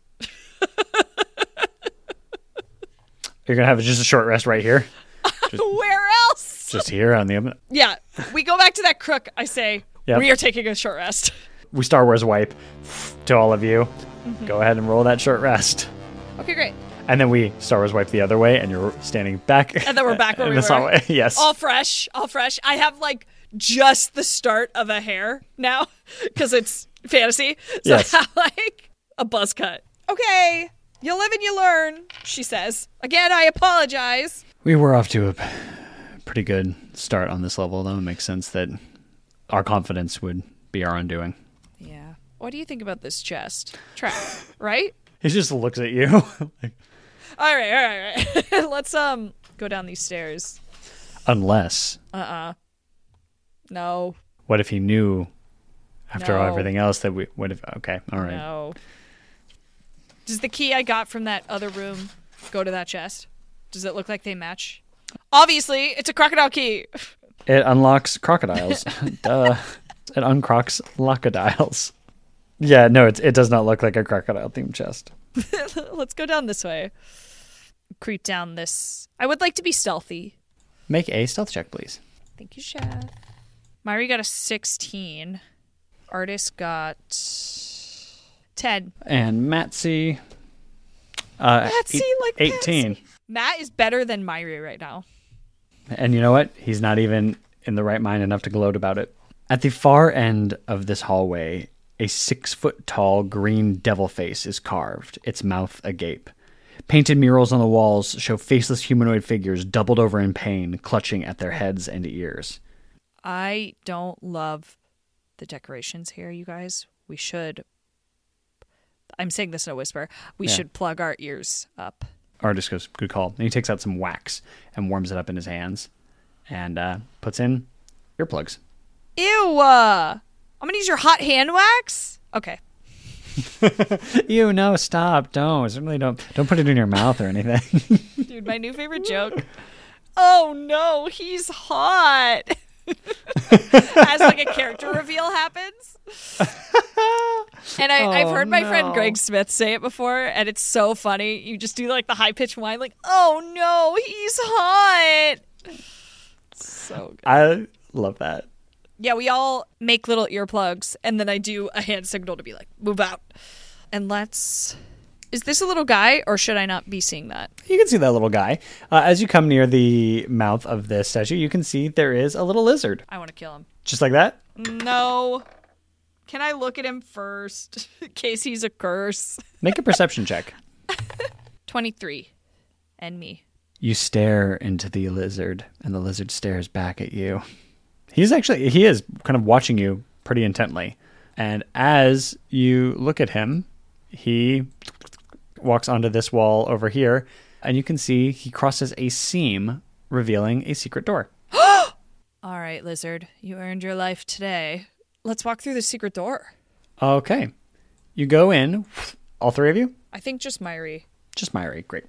Speaker 2: You're going to have just a short rest right here.
Speaker 3: [LAUGHS] Where else?
Speaker 2: Just here on the.
Speaker 3: Yeah, we go back to that crook. I say,
Speaker 2: Yep.
Speaker 3: we are taking a short rest.
Speaker 2: we Star Wars wipe to all of you.
Speaker 3: Mm-hmm.
Speaker 2: Go ahead and roll that short rest.
Speaker 3: Okay, great.
Speaker 2: And then we Star Wars wipe the other way, and you're standing back.
Speaker 3: [LAUGHS] And then
Speaker 2: [LAUGHS]
Speaker 3: we're back where
Speaker 2: in
Speaker 3: we
Speaker 2: the
Speaker 3: were.
Speaker 2: hallway. Yes.
Speaker 3: all fresh, all fresh. I have like just the start of a hair now [LAUGHS] because it's fantasy. So
Speaker 2: Yes.
Speaker 3: [LAUGHS] I have like a buzz cut. Okay, you live and you learn, she says. Again, I apologize.
Speaker 2: we were off to a p- pretty good start on this level, though. It makes sense that our confidence would be our undoing.
Speaker 3: Yeah. What do you think about this chest? [LAUGHS] Trap, right?
Speaker 2: He just looks at you.
Speaker 3: All right, all right, all right. [LAUGHS] Let's um go down these stairs.
Speaker 2: Unless,
Speaker 3: No,
Speaker 2: what if he knew after all
Speaker 3: No.
Speaker 2: everything else that we. What if. Okay. All right.
Speaker 3: no. Does the key I got from that other room go to that chest? Does it look like they match? Obviously, it's a crocodile key. [LAUGHS]
Speaker 2: It unlocks [LAUGHS] crocodiles. Duh. It uncrocks crocodiles. Yeah, no, it, it does not look like a crocodile themed chest.
Speaker 3: Let's go down this way. Creep down this. I would like to be stealthy.
Speaker 2: Make a stealth check, please.
Speaker 3: Thank you, Chef. Myri got a 16. Artist got 10.
Speaker 2: And Matsy. Uh,
Speaker 3: Matsy,
Speaker 2: eight-
Speaker 3: like
Speaker 2: 18.
Speaker 3: Matt is better than Myri right now.
Speaker 2: And you know what? He's not even in the right mind enough to gloat about it. At the far end of this hallway, a six foot tall green devil face is carved, its mouth agape. Painted murals on the walls show faceless humanoid figures doubled over in pain, clutching at their heads and ears.
Speaker 3: I don't love the decorations here, you guys. We should. I'm saying this in a whisper. We
Speaker 2: Yeah.
Speaker 3: should plug our ears up.
Speaker 2: Artist goes, good call. And he takes out some wax and warms it up in his hands. and uh, puts in earplugs. [LAUGHS]
Speaker 3: Ew. uh, I'm gonna use your hot hand wax. Okay.
Speaker 2: Ew, no, stop, don't, certainly don't, don't put it in your mouth or anything. [LAUGHS]
Speaker 3: Dude, my new favorite joke. Oh no, he's hot. [LAUGHS] As like a character reveal happens. And I, I've
Speaker 2: Oh,
Speaker 3: heard my friend
Speaker 2: no.
Speaker 3: Greg Smith say it before, and it's so funny. You just do like the high pitched whine, like, oh no, he's hot. So good.
Speaker 2: I love that.
Speaker 3: Yeah, we all make little earplugs, and then I do a hand signal to be like, move out. And let's. Is this a little guy, or should I not be seeing that?
Speaker 2: You can see that little guy. Uh, as you come near the mouth of this statue, you can see there is a little lizard.
Speaker 3: I want to kill him.
Speaker 2: Just like that.
Speaker 3: No. Can I look at him first [LAUGHS] in case he's a curse?
Speaker 2: Make a perception check.
Speaker 3: 23 and me.
Speaker 2: [LAUGHS] You stare into the lizard, and the lizard stares back at you. He's actually, he is kind of watching you pretty intently. And as you look at him, he walks onto this wall over here, and you can see he crosses a seam, revealing a secret door.
Speaker 3: All right, lizard. You earned your life today. Let's walk through the secret door.
Speaker 2: Okay. You go in, all three of you?
Speaker 3: I think just Myri,
Speaker 2: Just Myri, great.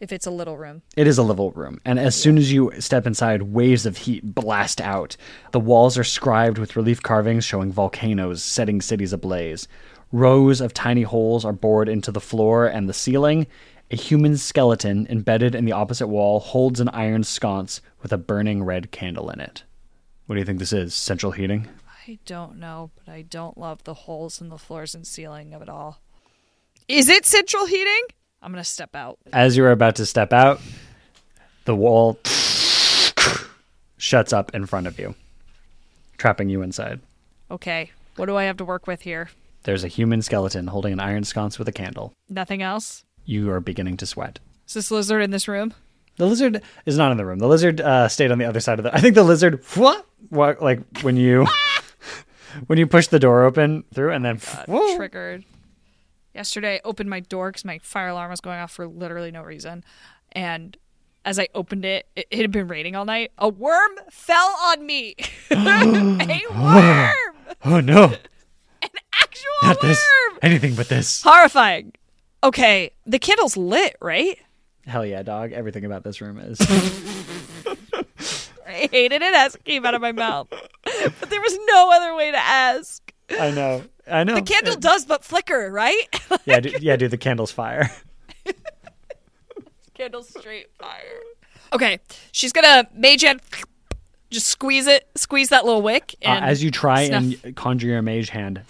Speaker 3: if it's a little room.
Speaker 2: It is a level room, and as soon as you step inside, waves of heat blast out. The walls are scribed with relief carvings showing volcanoes setting cities ablaze. Rows of tiny holes are bored into the floor and the ceiling. A human skeleton embedded in the opposite wall holds an iron sconce with a burning red candle in it. What do you think this is? Central heating?
Speaker 3: I don't know, but I don't love the holes in the floors and ceiling of it all. Is it central heating? I'm going to step out.
Speaker 2: As you're about to step out, the wall [SNIFFS] shuts up in front of you, trapping you inside.
Speaker 3: Okay. What do I have to work with here?
Speaker 2: There's a human skeleton holding an iron sconce with a candle.
Speaker 3: Nothing else?
Speaker 2: You are beginning to sweat.
Speaker 3: Is this lizard in this room?
Speaker 2: The lizard is not in the room. The lizard uh, stayed on the other side of the. I think the lizard what what like when you [LAUGHS] when you push the door open through and then
Speaker 3: Uh,
Speaker 2: whoa.
Speaker 3: triggered. Yesterday, I opened my door because my fire alarm was going off for literally no reason. And as I opened it, it, it had been raining all night. A worm fell on me. [LAUGHS] a worm!
Speaker 2: oh
Speaker 3: [LAUGHS]
Speaker 2: no,
Speaker 3: An actual
Speaker 2: not
Speaker 3: worm!
Speaker 2: this. Anything but this.
Speaker 3: Horrifying. Okay, the candle's lit, right?
Speaker 2: Hell yeah, dog. Everything about this room
Speaker 3: [LAUGHS]
Speaker 2: is.
Speaker 3: I hated it as it came out of my mouth. but there was no other way to ask.
Speaker 2: I know. I know.
Speaker 3: The candle does but flicker, right? [LAUGHS]
Speaker 2: yeah, do, yeah. Do the candles fire?
Speaker 3: Candle straight fire. Okay, she's gonna mage hand, just squeeze it, squeeze that little wick,
Speaker 2: Uh,
Speaker 3: and
Speaker 2: as you try
Speaker 3: snuff.
Speaker 2: and conjure your mage hand,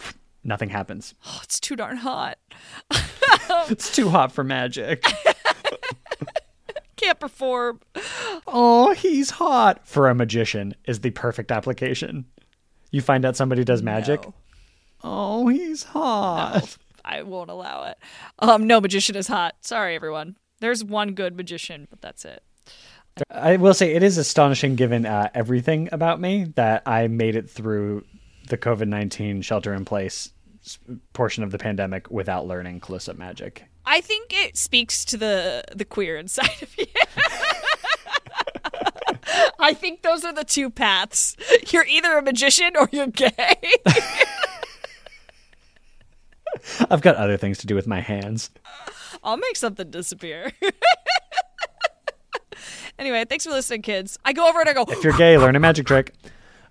Speaker 2: nothing
Speaker 3: [GASPS]
Speaker 2: happens.
Speaker 3: oh, [LAUGHS] it's too darn hot.
Speaker 2: It's too hot for magic.
Speaker 3: Can't perform.
Speaker 2: Oh, he's hot for a magician is the perfect application. You find out somebody does magic.
Speaker 3: No.
Speaker 2: Oh, he's hot.
Speaker 3: I won't allow it. Um, no magician is hot. Sorry, everyone. There's one good magician, but that's it.
Speaker 2: [LAUGHS] I will say it is astonishing, given uh, everything about me, that I made it through the COVID nineteen shelter in place s- portion of the pandemic without learning close up magic.
Speaker 3: I think it speaks to the the queer inside of [LAUGHS] you. I think those are the two paths. You're either a magician or you're gay.
Speaker 2: I've got other things to do with my hands.
Speaker 3: I'll make something disappear. [LAUGHS] anyway, thanks for listening, kids. I go over and I go.
Speaker 2: If you're gay, learn a magic trick.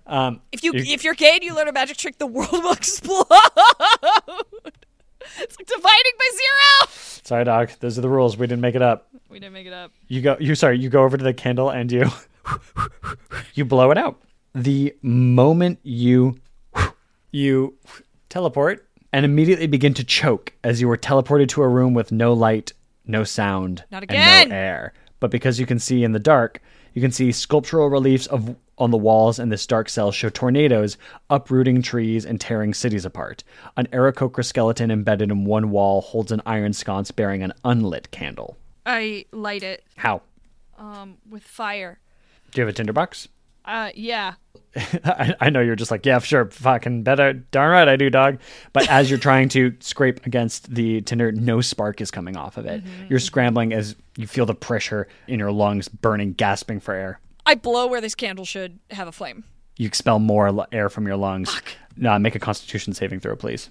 Speaker 3: If you
Speaker 2: you-
Speaker 3: if you're gay and you learn a magic trick, the world will [LAUGHS] explode. it's like dividing by zero.
Speaker 2: Sorry, dog. Those are the rules. We didn't make it up.
Speaker 3: We didn't make it up.
Speaker 2: you go you sorry you go over to the candle and you [LAUGHS] you blow it out the moment you you teleport and immediately begin to choke as you were teleported to a room with no light no sound
Speaker 3: Not
Speaker 2: and
Speaker 3: again.
Speaker 2: no air but because you can see in the dark you can see sculptural reliefs of on the walls and this dark cell show tornadoes uprooting trees and tearing cities apart an aarakocra skeleton embedded in one wall holds an iron sconce bearing an unlit candle
Speaker 3: I light it
Speaker 2: how
Speaker 3: um with fire.
Speaker 2: do you have a tinderbox?
Speaker 3: Uh yeah.
Speaker 2: [LAUGHS] I, I know you're just like, yeah, sure, fucking better. Darn right I do, dog. But as you're trying to scrape against the tinder, no spark is coming off of it. You're scrambling as you feel the pressure in your lungs burning, gasping for air.
Speaker 3: I blow where this candle should have a flame.
Speaker 2: You expel more lu- air from your lungs. Nah, make a constitution saving throw, please.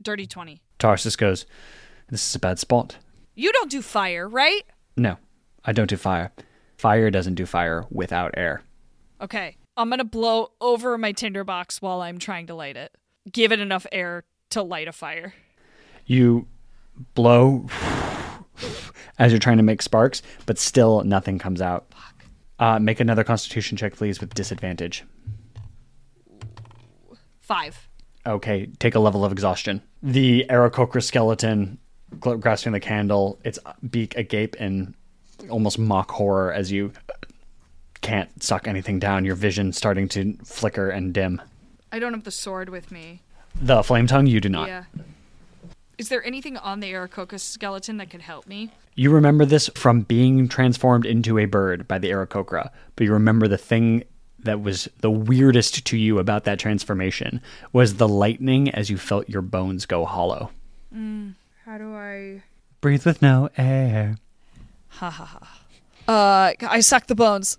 Speaker 3: Dirty 20.
Speaker 2: Tarsus goes, This is a bad spot.
Speaker 3: You don't do fire, right?
Speaker 2: No, I don't do fire. Fire doesn't do fire without air.
Speaker 3: Okay. I'm going to blow over my tinderbox while I'm trying to light it. Give it enough air to light a fire.
Speaker 2: You blow [SIGHS] as you're trying to make sparks, but still nothing comes out. Uh, make another constitution check, please, with disadvantage.
Speaker 3: Five.
Speaker 2: Okay, take a level of exhaustion. The Aarakocra skeleton gl- grasping the candle, its beak agape in almost mock horror as you can't suck anything down, your vision starting to flicker and dim.
Speaker 3: I don't have the sword with me.
Speaker 2: The flame tongue, you do not.
Speaker 3: Yeah. Is there anything on the Aracoca skeleton that could help me?
Speaker 2: You remember this from being transformed into a bird by the Aarakocra, but you remember the thing that was the weirdest to you about that transformation was the lightning as you felt your bones go hollow.
Speaker 3: How do I?
Speaker 2: Breathe with no air.
Speaker 3: Uh, I suck the bones.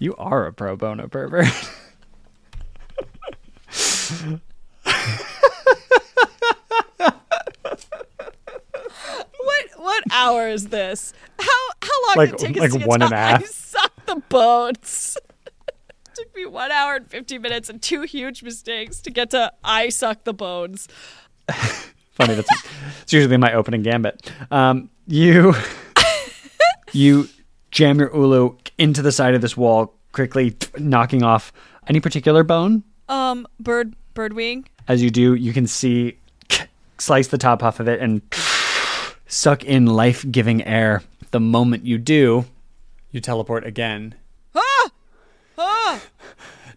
Speaker 2: You are a pro bono pervert. [LAUGHS]
Speaker 3: what what hour is this? How how long
Speaker 2: Like-
Speaker 3: did it take us
Speaker 2: like
Speaker 3: to get
Speaker 2: one
Speaker 3: to- [LAUGHS]
Speaker 2: and a half.
Speaker 3: I suck the bones. [LAUGHS] took me one hour and fifty minutes and two huge mistakes to get to I suck the bones.
Speaker 2: Funny that's it's usually my opening gambit. Um, you [LAUGHS] you jam your ulu into the side of this wall, quickly knocking off any particular bone.
Speaker 3: Um, bird bird wing.
Speaker 2: As you do, you can see slice the top off of it and [SNIFFS] suck in life-giving air. The moment you do, you teleport again
Speaker 3: Ah,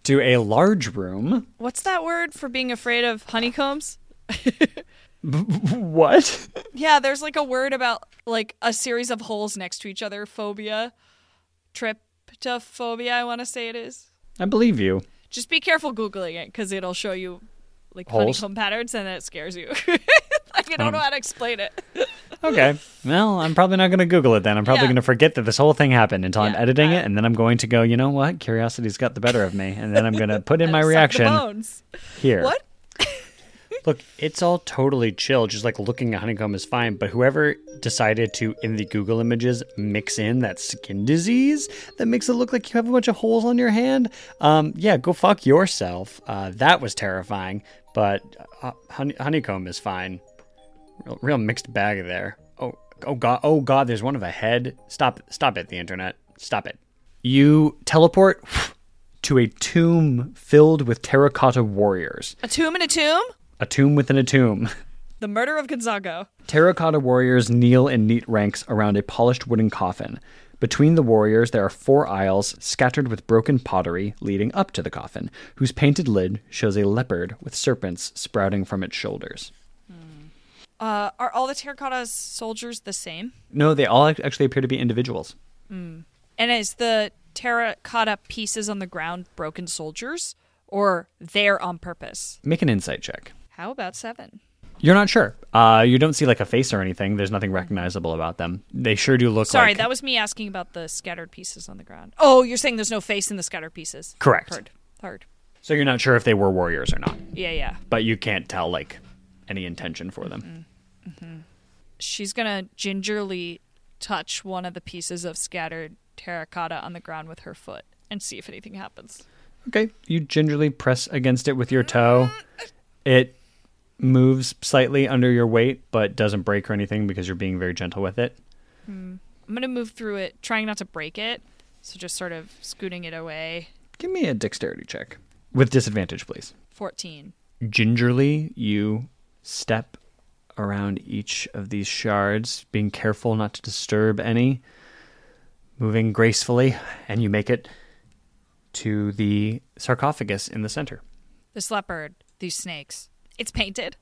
Speaker 2: to a large room.
Speaker 3: what's that word for being afraid of honeycombs?
Speaker 2: What?
Speaker 3: Yeah, there's like a word about like a series of holes next to each other. Phobia, tryptophobia. I want to say it is.
Speaker 2: I believe you.
Speaker 3: Just be careful googling it because it'll show you like
Speaker 2: Holes? Um.
Speaker 3: honeycomb patterns and it scares you. [LAUGHS] like I don't know how to explain it.
Speaker 2: Okay. Well, I'm probably not going to Google it then. I'm probably
Speaker 3: Yeah.
Speaker 2: going to forget that this whole thing happened until I'm
Speaker 3: Yeah, Uh,
Speaker 2: editing
Speaker 3: I-
Speaker 2: it, and then I'm going to go. You know what? Curiosity's got the better of me, and then I'm going to
Speaker 3: [LAUGHS]
Speaker 2: put in my
Speaker 3: Suck the
Speaker 2: reaction
Speaker 3: bones. [LAUGHS]
Speaker 2: here.
Speaker 3: What?
Speaker 2: [LAUGHS] Look, it's all totally chill. Just like looking at honeycomb is fine, but whoever decided to in the Google images mix in that skin disease that makes it look like you have a bunch of holes on your hand. Um, yeah, go fuck yourself. Uh, that was terrifying. But uh, honey- honeycomb is fine. Real, real mixed bag there. Oh, oh god, oh god, there's one of a head. Stop, stop it, the internet. Stop it. You teleport to a tomb filled with terracotta warriors.
Speaker 3: A tomb in a tomb?
Speaker 2: A tomb within a tomb.
Speaker 3: The murder of Gonzago.
Speaker 2: Terracotta warriors kneel in neat ranks around a polished wooden coffin. Between the warriors, there are four aisles scattered with broken pottery leading up to the coffin, whose painted lid shows a leopard with serpents sprouting from its shoulders.
Speaker 3: Uh, are all the terracotta soldiers the same?
Speaker 2: No, they all ac- actually appear to be individuals.
Speaker 3: And is the terracotta pieces on the ground broken soldiers or there on purpose?
Speaker 2: Make an insight check.
Speaker 3: How about seven?
Speaker 2: You're not sure. Uh, you don't see like a face or anything. There's nothing recognizable about them. They sure do look
Speaker 3: Sorry,
Speaker 2: like.
Speaker 3: that was me asking about the scattered pieces on the ground. Oh, you're saying there's no face in the scattered pieces?
Speaker 2: Correct.
Speaker 3: Heard. Heard.
Speaker 2: so you're not sure if they were warriors or not,
Speaker 3: Yeah, yeah.
Speaker 2: but you can't tell like any intention for them.
Speaker 3: She's gonna gingerly touch one of the pieces of scattered terracotta on the ground with her foot and see if anything happens.
Speaker 2: Okay. You gingerly press against it with your toe. It moves slightly under your weight, but doesn't break or anything because you're being very gentle with it.
Speaker 3: I'm gonna move through it, trying not to break it, so just sort of scooting it away.
Speaker 2: Give me a dexterity check with disadvantage, please.
Speaker 3: Fourteen.
Speaker 2: Gingerly, you step around each of these shards, being careful not to disturb any, moving gracefully, and you make it to the sarcophagus in the center.
Speaker 3: This leopard, these snakes. It's painted.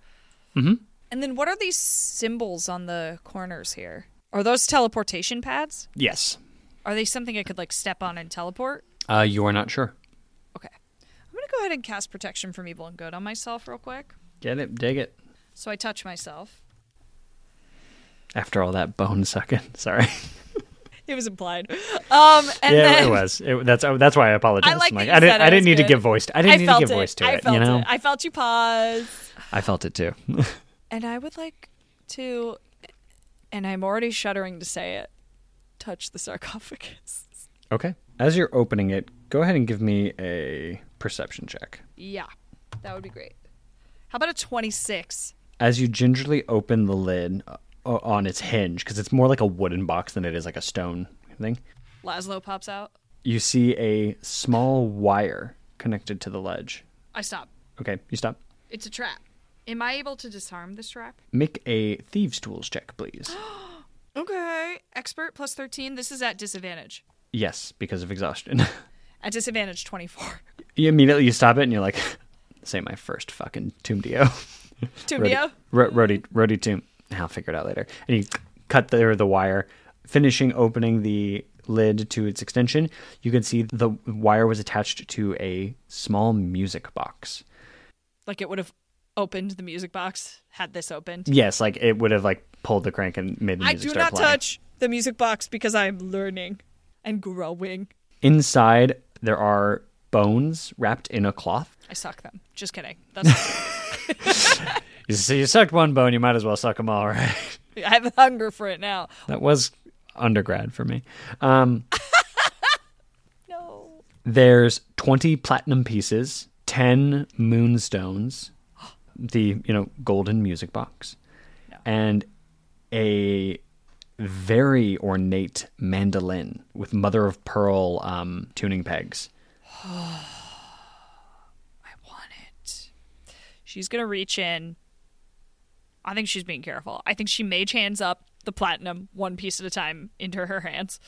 Speaker 3: Mm-hmm. And then what are these symbols on the corners here? Are those teleportation pads?
Speaker 2: Yes.
Speaker 3: Are they something I could like step on and teleport?
Speaker 2: Uh, you are not sure.
Speaker 3: Okay. I'm going to go ahead and cast protection from evil and good on myself real quick.
Speaker 2: Get it, dig it.
Speaker 3: So I touch myself.
Speaker 2: After all that bone sucking, [LAUGHS] sorry.
Speaker 3: It was implied. Um, and
Speaker 2: yeah,
Speaker 3: then
Speaker 2: it was. It, that's uh, that's why I apologize.
Speaker 3: I like
Speaker 2: I'm
Speaker 3: that you
Speaker 2: I
Speaker 3: said
Speaker 2: didn't.
Speaker 3: it
Speaker 2: I
Speaker 3: was
Speaker 2: didn't need
Speaker 3: good.
Speaker 2: to give voice. I
Speaker 3: I
Speaker 2: didn't need to
Speaker 3: felt
Speaker 2: give
Speaker 3: it.
Speaker 2: voice to
Speaker 3: I
Speaker 2: it.
Speaker 3: felt
Speaker 2: you know,
Speaker 3: it. I felt you pause.
Speaker 2: I felt it too.
Speaker 3: And I would like to, and I'm already shuddering to say it, touch the sarcophagus.
Speaker 2: okay. As you're opening it, go ahead and give me a perception check.
Speaker 3: Yeah, that would be great. How about a 26?
Speaker 2: as you gingerly open the lid uh, on its hinge, because it's more like a wooden box than it is like a stone thing,
Speaker 3: Laszlo pops out.
Speaker 2: you see a small wire connected to the ledge.
Speaker 3: I stop.
Speaker 2: Okay, you stop.
Speaker 3: It's a trap. Am I able to disarm this trap?
Speaker 2: Make a thieves' tools check, please. [GASPS]
Speaker 3: Okay. Expert plus 13. This is at disadvantage.
Speaker 2: yes, because of exhaustion. [LAUGHS]
Speaker 3: At disadvantage [LAUGHS] 24.
Speaker 2: you immediately you stop it and you're like, [LAUGHS] "Say my first fucking tomb dio." [LAUGHS]
Speaker 3: Tumbio?
Speaker 2: Ro- Rody, Rody tomb. I'll figure it out later. And you cut the the wire, finishing opening the lid to its extension. You can see the wire was attached to a small music box.
Speaker 3: Like it would have opened the music box had this opened.
Speaker 2: Yes, like it would have like pulled the crank and made the
Speaker 3: I
Speaker 2: music
Speaker 3: do
Speaker 2: start
Speaker 3: not
Speaker 2: playing.
Speaker 3: touch the music box because I am learning and growing.
Speaker 2: Inside there are bones wrapped in a cloth.
Speaker 3: I suck them. Just kidding. That's
Speaker 2: You see, you sucked one bone, you might as well suck them all, right?
Speaker 3: I have a hunger for it now.
Speaker 2: That was undergrad for me. Um,
Speaker 3: [LAUGHS] No.
Speaker 2: There's 20 platinum pieces, 10 moonstones, the, you know, golden music box, and a very ornate mandolin with mother of pearl um, tuning pegs.
Speaker 3: I want it. She's gonna reach in. I think she's being careful. I think she mage hands up the platinum one piece at a time into her hands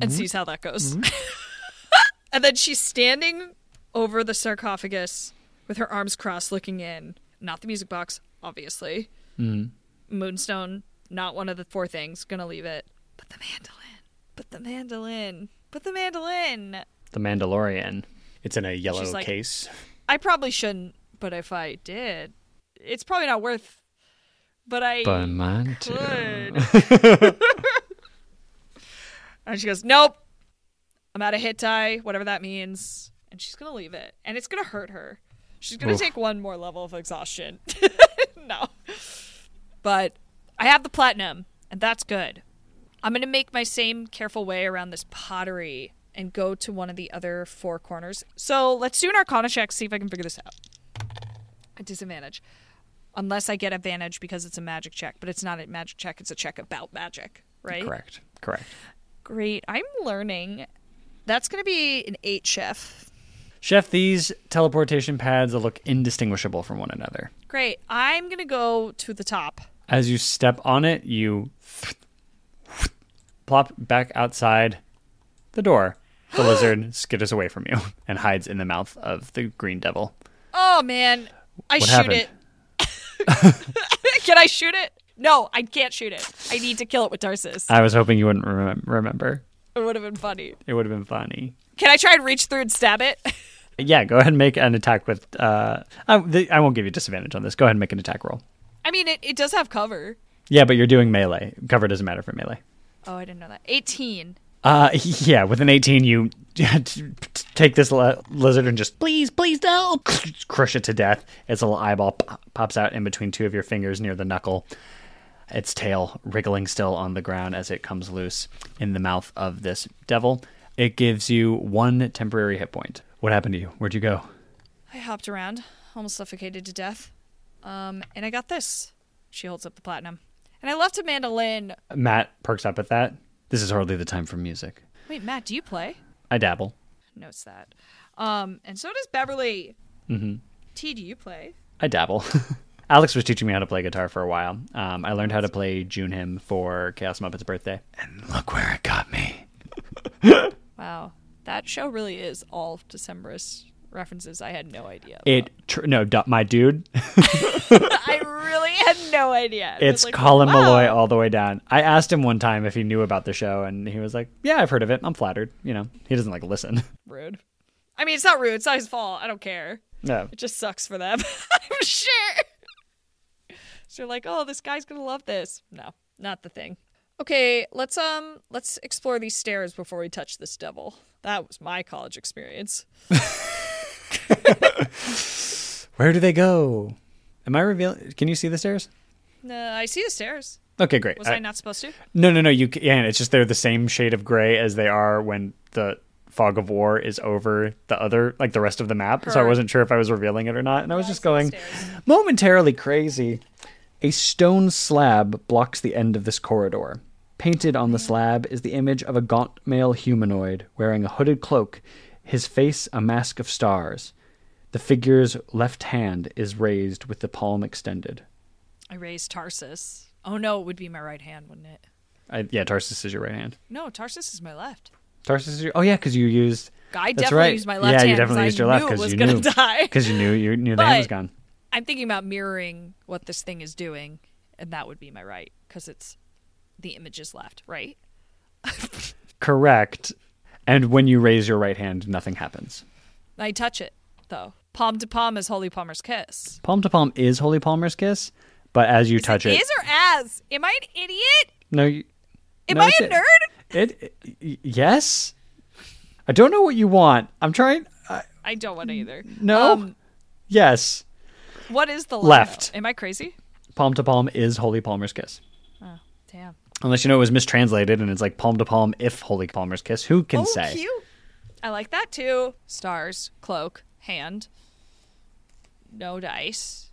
Speaker 3: and sees how that goes. [LAUGHS] and then she's standing over the sarcophagus with her arms crossed, looking in. Not the music box, obviously. Moonstone, not one of the four things. Gonna leave it. But the mandolin. But the mandolin. But the mandolin.
Speaker 2: The Mandalorian. It's in a yellow
Speaker 3: She's like-
Speaker 2: case.
Speaker 3: I probably shouldn't, but if I did, it's probably not worth. But I
Speaker 2: But mine too.
Speaker 3: could. and she goes, "Nope, I'm out of hit die, whatever that means." And she's gonna leave it, and it's gonna hurt her. She's gonna
Speaker 2: Oof.
Speaker 3: take one more level of exhaustion. [LAUGHS] no, but I have the platinum, and that's good. I'm gonna make my same careful way around this pottery and go to one of the other four corners. So let's do an Arcana check, see if I can figure this out. A disadvantage, unless I get advantage because it's a magic check, but it's not a magic check; it's a check about magic, right?
Speaker 2: Correct. Correct.
Speaker 3: Great, I'm learning. That's gonna be an eight, chef.
Speaker 2: Chef, these teleportation pads will look indistinguishable from one another.
Speaker 3: Great, I'm gonna go to the top.
Speaker 2: As you step on it, you plop back outside the door. [GASPS] The lizard skitters away from you [LAUGHS] and hides in the mouth of the green devil.
Speaker 3: Oh man, I
Speaker 2: What
Speaker 3: shoot
Speaker 2: happened?
Speaker 3: it. [LAUGHS] Can I shoot it? No, I can't shoot it. I need to kill it with Tarsus.
Speaker 2: I was hoping you wouldn't remem- remember.
Speaker 3: it would have been funny.
Speaker 2: It would have been funny.
Speaker 3: Can I try and reach through and stab it? [LAUGHS]
Speaker 2: Yeah, go ahead and make an attack with. Uh, I, the, I won't give you disadvantage on this. Go ahead and make an attack roll.
Speaker 3: I mean, it, it does have cover.
Speaker 2: Yeah, but you're doing melee. Cover doesn't matter for melee.
Speaker 3: Oh, I didn't know that. 18.
Speaker 2: Uh, [LAUGHS] yeah, with an 18, you [LAUGHS] take this li- lizard and just, please, please don't, [LAUGHS] crush it to death. Its little eyeball pop- pops out in between two of your fingers near the knuckle. Its tail wriggling still on the ground as it comes loose in the mouth of this devil. It gives you one temporary hit point. What happened to you? Where'd you go?
Speaker 3: I hopped around, almost suffocated to death. Um, and I got this. She holds up the platinum. And I left a mandolin.
Speaker 2: Matt perks up at that. This is hardly the time for music.
Speaker 3: Wait, Matt, do you play?
Speaker 2: I dabble.
Speaker 3: Notes that. Um, and so does Beverly. Mm-hmm. T, do you play?
Speaker 2: I dabble. [LAUGHS] Alex was teaching me how to play guitar for a while. Um, I learned how to play June Hymn for Chaos Muppet's birthday. And look where it got me.
Speaker 3: Wow. That show really is all Decemberist references. I had no idea.
Speaker 2: It tr- no, du- my
Speaker 3: [LAUGHS]
Speaker 2: dude.
Speaker 3: I really had no idea. I was
Speaker 2: It's
Speaker 3: like,
Speaker 2: Colin
Speaker 3: wow.
Speaker 2: Malloy all the way down. I asked him one time if he knew about the show, and he was like, "Yeah, I've heard of it. I'm flattered." You know, he doesn't like listen. [LAUGHS]
Speaker 3: Rude. I mean, it's not rude. It's not his fault. I don't care.
Speaker 2: No,
Speaker 3: [LAUGHS] It just sucks for them. I'm sure. They're like, oh, this guy's gonna love this. No, not the thing. Okay, let's um let's explore these stairs before we touch this devil. That was my college experience.
Speaker 2: Where do they go? Am I revealing? Can you see the stairs?
Speaker 3: No, I see the stairs.
Speaker 2: Okay, great.
Speaker 3: Was I not supposed to?
Speaker 2: No, no, no. You can. It's just they're the same shade of gray as they are when the fog of war is over the other, like the rest of the map. So I
Speaker 3: Her-
Speaker 2: wasn't sure if I was revealing it or not, and I was just going
Speaker 3: Stairs.
Speaker 2: momentarily crazy. A stone slab blocks the end of this corridor. Painted on the slab is the image of a gaunt male humanoid wearing a hooded cloak, his face a mask of stars. The figure's left hand is raised with the palm extended.
Speaker 3: I raised Tarsus. Oh no, it would be my right hand, wouldn't it?
Speaker 2: I, yeah, Tarsus is your right hand.
Speaker 3: No, Tarsus is my left.
Speaker 2: Tarsus is your. Oh yeah, because you used.
Speaker 3: I
Speaker 2: That's
Speaker 3: definitely
Speaker 2: right.
Speaker 3: used my left
Speaker 2: Yeah,
Speaker 3: hand.
Speaker 2: you definitely
Speaker 3: 'cause
Speaker 2: used
Speaker 3: I
Speaker 2: your left
Speaker 3: knew it
Speaker 2: 'cause
Speaker 3: was
Speaker 2: you
Speaker 3: gonna
Speaker 2: knew.
Speaker 3: [LAUGHS] die.
Speaker 2: Because you knew you knew the hand was
Speaker 3: But-
Speaker 2: gone.
Speaker 3: I'm thinking about mirroring what this thing is doing, and that would be my right because it's the image is left, right?
Speaker 2: Correct. And when you raise your right hand, nothing happens.
Speaker 3: I touch it though. Palm to palm is Holy Palmer's kiss.
Speaker 2: Palm to palm is Holy Palmer's kiss, but as you touch it,
Speaker 3: Is or as? Am I an idiot?
Speaker 2: no. You,
Speaker 3: Am
Speaker 2: no,
Speaker 3: I
Speaker 2: it's
Speaker 3: a
Speaker 2: it.
Speaker 3: nerd?
Speaker 2: It, y- yes. I don't know what you want. I'm trying. I
Speaker 3: I don't want to either.
Speaker 2: no.
Speaker 3: Um,
Speaker 2: yes.
Speaker 3: What is the line,
Speaker 2: Left.
Speaker 3: though? Am I crazy?
Speaker 2: Palm to palm is Holy Palmer's kiss.
Speaker 3: Oh, damn.
Speaker 2: Unless you know it was mistranslated and it's like palm to palm if Holy Palmer's kiss. Who can
Speaker 3: oh,
Speaker 2: say?
Speaker 3: cute. I like that too. Stars, cloak, hand. No dice.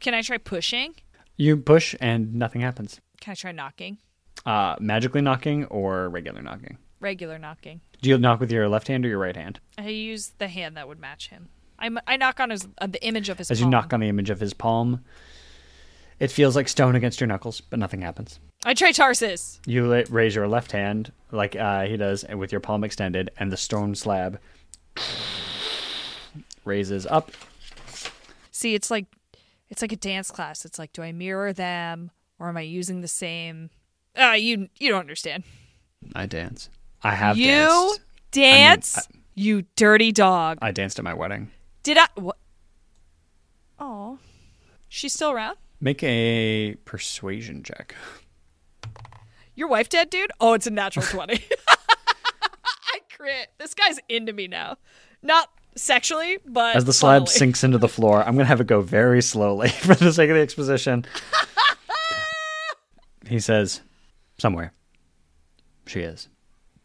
Speaker 3: Can I try pushing?
Speaker 2: You push and nothing happens.
Speaker 3: Can I try knocking?
Speaker 2: Uh, magically knocking or regular knocking?
Speaker 3: Regular knocking.
Speaker 2: Do you knock with your left hand or your right hand?
Speaker 3: I use the hand that would match him. I'm, I knock on his uh, the image of his.
Speaker 2: As you
Speaker 3: palm.
Speaker 2: knock on the image of his palm, it feels like stone against your knuckles, but nothing happens.
Speaker 3: I try Tarsus.
Speaker 2: You la- raise your left hand, like uh, he does, and with your palm extended, and the stone slab raises up.
Speaker 3: See, it's like it's like a dance class. It's like, do I mirror them or am I using the same? Ah, you you don't understand.
Speaker 2: I dance. I have
Speaker 3: you
Speaker 2: danced.
Speaker 3: dance, you dirty dog.
Speaker 2: I danced at my wedding.
Speaker 3: Did I? What? Oh, she's still around.
Speaker 2: Make a persuasion check.
Speaker 3: Your wife dead, dude? Oh, it's
Speaker 2: [LAUGHS]
Speaker 3: a natural 20. [LAUGHS] I crit. This guy's into me now. Not sexually, but.
Speaker 2: As the slab
Speaker 3: funnily.
Speaker 2: sinks into the floor, I'm going to have it go very slowly [LAUGHS] for the sake of the exposition. he says, Somewhere. She is.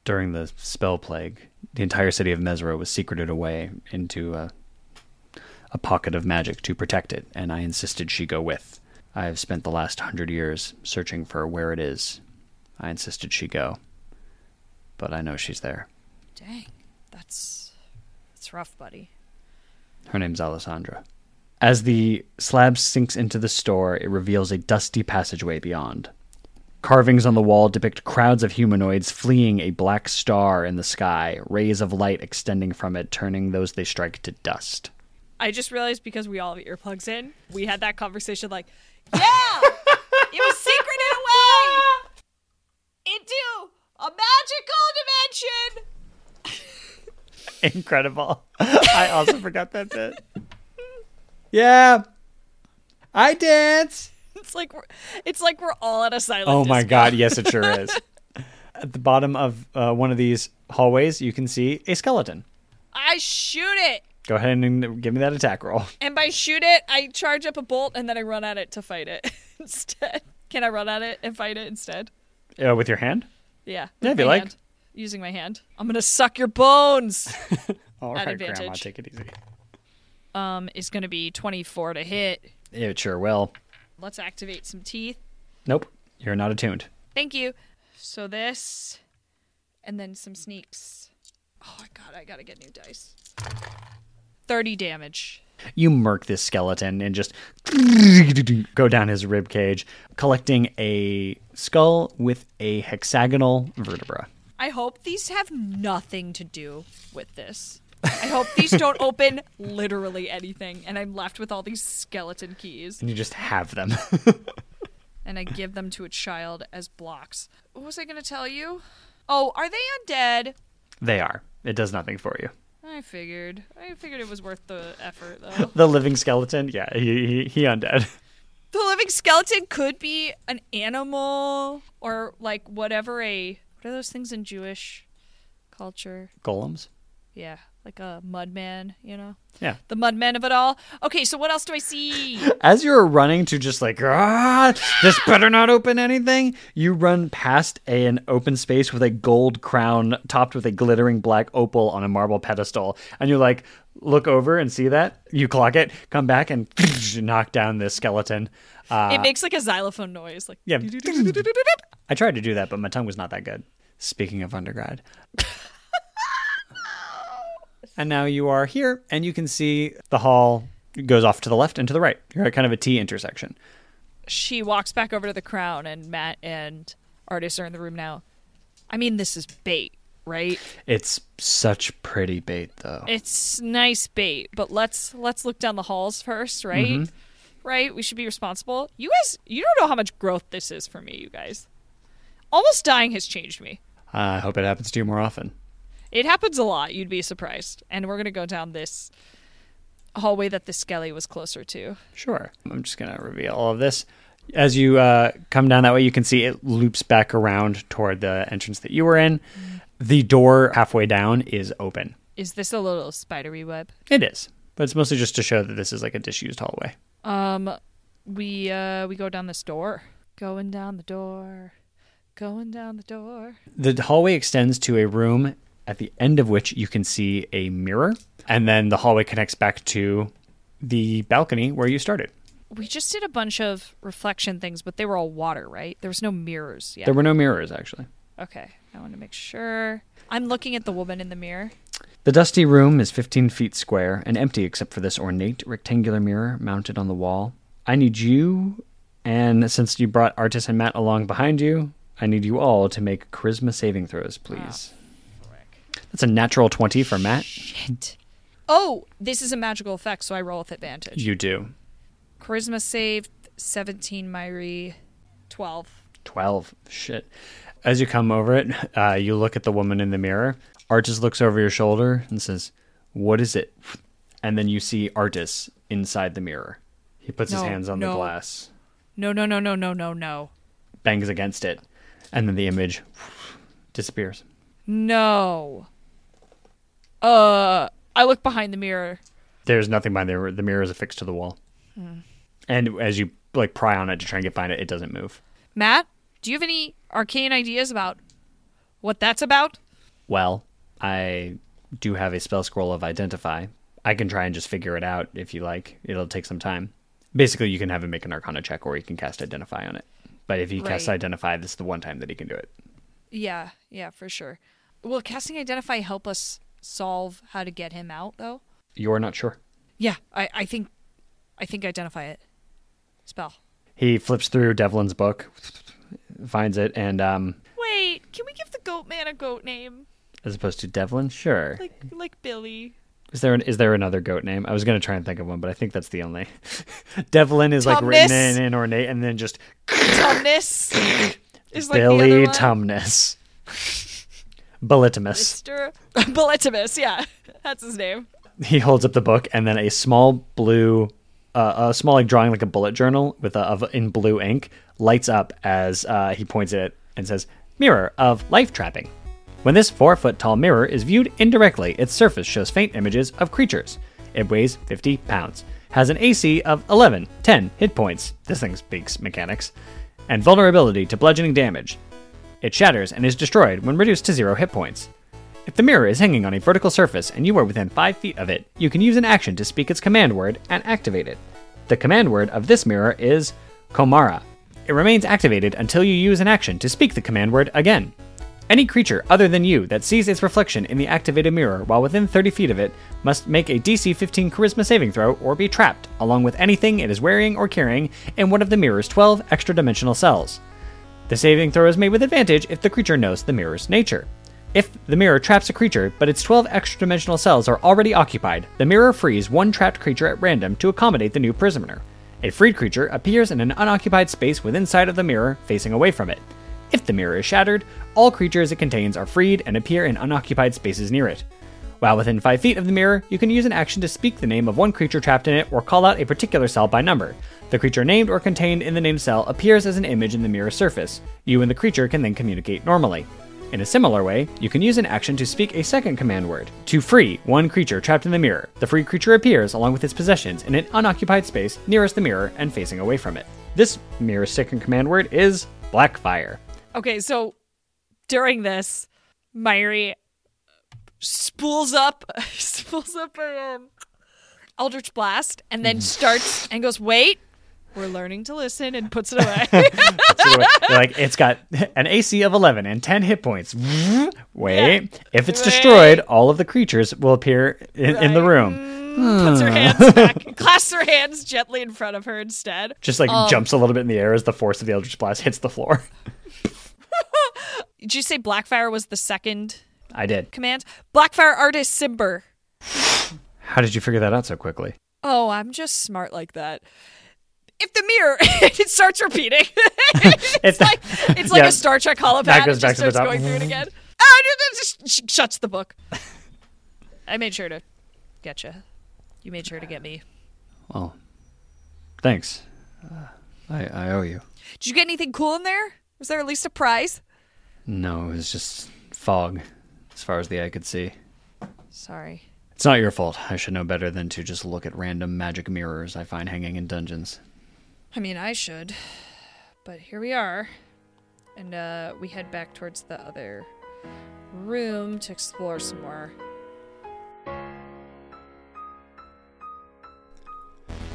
Speaker 2: During the spell plague, the entire city of Mesra was secreted away into a, a pocket of magic to protect it, and I insisted she go with. I have spent the last hundred years searching for where it is. I insisted she go. But I know she's there.
Speaker 3: Dang. That's. That's rough, buddy.
Speaker 2: Her name's Alessandra. As the slab sinks into the store, it reveals a dusty passageway beyond. Carvings on the wall depict crowds of humanoids fleeing a black star in the sky, rays of light extending from it, turning those they strike to dust.
Speaker 3: I just realized because we all have earplugs in, we had that conversation like, yeah, it was secreted [LAUGHS] away into a magical dimension.
Speaker 2: [LAUGHS] Incredible. I also forgot that bit. Yeah. I dance.
Speaker 3: It's like we're, it's like we're all at a silent.
Speaker 2: Oh my [LAUGHS]
Speaker 3: disco.
Speaker 2: god, yes it sure is. At the bottom of uh, one of these hallways, you can see a skeleton.
Speaker 3: I shoot it.
Speaker 2: Go ahead and give me that attack roll.
Speaker 3: And by shoot it, I charge up a bolt and then I run at it to fight it [LAUGHS] instead. Can I run at it and fight it instead?
Speaker 2: Uh, with your hand?
Speaker 3: Yeah.
Speaker 2: Yeah, if
Speaker 3: with
Speaker 2: you
Speaker 3: my
Speaker 2: like.
Speaker 3: hand. Using my hand. I'm going to suck your bones.
Speaker 2: All right,
Speaker 3: At advantage.
Speaker 2: Grandma, take it easy.
Speaker 3: um, It's going to be 24 to hit.
Speaker 2: It sure will.
Speaker 3: Let's activate some teeth.
Speaker 2: Nope, you're not attuned.
Speaker 3: Thank you. So this and then some sneaks. Oh, my God. I got to get new dice. 30 damage.
Speaker 2: You murk this skeleton and just go down his rib cage, collecting a skull with a hexagonal vertebra.
Speaker 3: I hope these have nothing to do with this. I hope these don't open literally anything, and I'm left with all these skeleton keys,
Speaker 2: And you just have them. [LAUGHS]
Speaker 3: and I give them to a child as blocks. What was I gonna tell you? Oh, are they undead?
Speaker 2: they are. It does nothing for you.
Speaker 3: I figured. I figured it was worth the effort, though.
Speaker 2: The living skeleton, yeah, he, he, he undead. [LAUGHS]
Speaker 3: The living skeleton could be an animal or like whatever a what are those things in Jewish culture?
Speaker 2: Golems?
Speaker 3: Yeah, like a mudman, you know.
Speaker 2: Yeah.
Speaker 3: The mudman of it all. Okay, so what else do I see?
Speaker 2: As you're running to just like, ah, this better not open anything, you run past a- an open space with a gold crown topped with a glittering black opal on a marble pedestal. And you like, look over and see that. You clock it, come back and [LAUGHS] knock down this skeleton. Uh,
Speaker 3: it makes like a xylophone noise like
Speaker 2: yeah. I tried to do that, but my tongue was not that good. Speaking of undergrad. and now you are here, and you can see the hall goes off to the left and to the right. You're at kind of a T intersection.
Speaker 3: she walks back over to the crown and Matt and artists are in the room now. I mean, this is bait, right?
Speaker 2: It's such pretty bait, though.
Speaker 3: It's nice bait, but let's let's look down the halls first, right? Right? We should be responsible. You guys, you don't know how much growth this is for me, you guys. Almost dying has changed me.
Speaker 2: I hope it happens to you more often.
Speaker 3: It happens a lot. You'd be surprised. And we're gonna go down this hallway that the skelly was closer to.
Speaker 2: Sure. I'm just going to reveal all of this. As you uh, come down that way, you can see it loops back around toward the entrance that you were in. The door halfway down is open.
Speaker 3: Is this a little spidery web?
Speaker 2: It is, but it's mostly just to show that this is like a disused hallway.
Speaker 3: Um, we uh we go down this door. Going down the door. Going down the door.
Speaker 2: The hallway extends to a room at the end of which you can see a mirror, and then the hallway connects back to the balcony where you started.
Speaker 3: We just did a bunch of reflection things, but they were all water, right? There was no mirrors yet.
Speaker 2: There were no mirrors, actually.
Speaker 3: okay, I want to make sure. I'm looking at the woman in the mirror.
Speaker 2: The dusty room is 15 feet square and empty except for this ornate rectangular mirror mounted on the wall. I need you, and since you brought Artis and Matt along behind you, I need you all to make charisma saving throws, please. That's a natural 20 for Matt.
Speaker 3: Shit. Oh, this is a magical effect, so I roll with advantage.
Speaker 2: You do.
Speaker 3: Charisma save, 17 Myri, 12.
Speaker 2: 12 shit as you come over it uh, you look at the woman in the mirror artis looks over your shoulder and says what is it and then you see artis inside the mirror he puts his
Speaker 3: No,
Speaker 2: hands on the
Speaker 3: no.
Speaker 2: glass
Speaker 3: No, no, no, no, no, no, no.
Speaker 2: bangs against it and then the image disappears
Speaker 3: No. Uh, I look behind the mirror.
Speaker 2: there's nothing behind there the mirror is affixed to the wall and as you like pry on it to try and get behind it it doesn't move
Speaker 3: Matt, do you have any arcane ideas about what that's about?
Speaker 2: well i do have a spell scroll of identify i can try and just figure it out if you like it'll take some time basically you can have him make an arcana check or he can cast identify on it but if he casts
Speaker 3: Right.
Speaker 2: identify this is the one time that he can do it
Speaker 3: Yeah, yeah, for sure. Will casting identify help us solve how to get him out though?
Speaker 2: you're not sure
Speaker 3: Yeah, I, I think I think identify it. Spell.
Speaker 2: he flips through devlin's book finds it and um
Speaker 3: Wait, can we give the goat man a goat name?
Speaker 2: as opposed to devlin sure
Speaker 3: Like like Billy.
Speaker 2: is there an, is there another goat name i was going to try and think of one but i think that's the only [LAUGHS] devlin is like
Speaker 3: Tumnus.
Speaker 2: written in, in ornate and then just [LAUGHS]
Speaker 3: Tumnus is like the
Speaker 2: billy
Speaker 3: other one.
Speaker 2: tumnus [LAUGHS] Belitimus.
Speaker 3: Mr. Belitimus, yeah. [LAUGHS] That's his name.
Speaker 2: [LAUGHS] he holds up the book and then a small blue uh, a small like drawing like a bullet journal with a, of in blue ink lights up as uh, he points at it and says mirror of life trapping when this four foot tall mirror is viewed indirectly its surface shows faint images of creatures it weighs 50 pounds has an ac of 11 10 hit points this thing speaks mechanics and vulnerability to bludgeoning damage it shatters and is destroyed when reduced to zero hit points if the mirror is hanging on a vertical surface and you are within 5 feet of it, you can use an action to speak its command word and activate it. The command word of this mirror is Komara. It remains activated until you use an action to speak the command word again. Any creature other than you that sees its reflection in the activated mirror while within 30 feet of it must make a DC 15 Charisma saving throw or be trapped, along with anything it is wearing or carrying, in one of the mirror's 12 extra dimensional cells. The saving throw is made with advantage if the creature knows the mirror's nature. If the mirror traps a creature, but its 12 extra dimensional cells are already occupied, the mirror frees one trapped creature at random to accommodate the new prisoner. A freed creature appears in an unoccupied space within sight of the mirror, facing away from it. If the mirror is shattered, all creatures it contains are freed and appear in unoccupied spaces near it. While within 5 feet of the mirror, you can use an action to speak the name of one creature trapped in it or call out a particular cell by number. The creature named or contained in the named cell appears as an image in the mirror surface. You and the creature can then communicate normally. In a similar way, you can use an action to speak a second command word to free one creature trapped in the mirror. The free creature appears along with its possessions in an unoccupied space nearest the mirror and facing away from it. This mirror second command word is Blackfire.
Speaker 3: Okay, so during this, Myri spools up, [LAUGHS] spools up a um, Eldritch Blast, and then starts and goes, "Wait, we're learning to listen," and puts it away. [LAUGHS]
Speaker 2: So you're like it's got an AC of 11 and 10 hit points. [LAUGHS] Wait, if it's destroyed, all of the creatures will appear in, in the room.
Speaker 3: puts her hands back, clasps her hands gently in front of her instead.
Speaker 2: Just like jumps a little bit in the air as the force of the Eldritch Blast hits the floor. [LAUGHS]
Speaker 3: Did you say Blackfire was the second
Speaker 2: I did.
Speaker 3: command? Blackfire artist Simber.
Speaker 2: How did you figure that out so quickly?
Speaker 3: Oh, I'm just smart like that. If the mirror [LAUGHS] it starts repeating, [LAUGHS] it's,
Speaker 2: It's
Speaker 3: like it's like
Speaker 2: yeah.
Speaker 3: a Star Trek holopad.
Speaker 2: That goes
Speaker 3: it just
Speaker 2: back to the
Speaker 3: starts
Speaker 2: top.
Speaker 3: going through it again. Ah, it just sh- shuts
Speaker 2: [LAUGHS]
Speaker 3: the book. I made sure to get you. You made sure to get me.
Speaker 2: Well, [LAUGHS] thanks. Uh, I, I owe you.
Speaker 3: Did you get anything cool in there? Was there at least a prize?
Speaker 2: No, it was just fog as far as the eye could see.
Speaker 3: Sorry.
Speaker 2: It's not your fault. I should know better than to just look at random magic mirrors I find hanging in dungeons.
Speaker 3: I mean, I should. But here we are. And uh, we head back towards the other room to explore some more.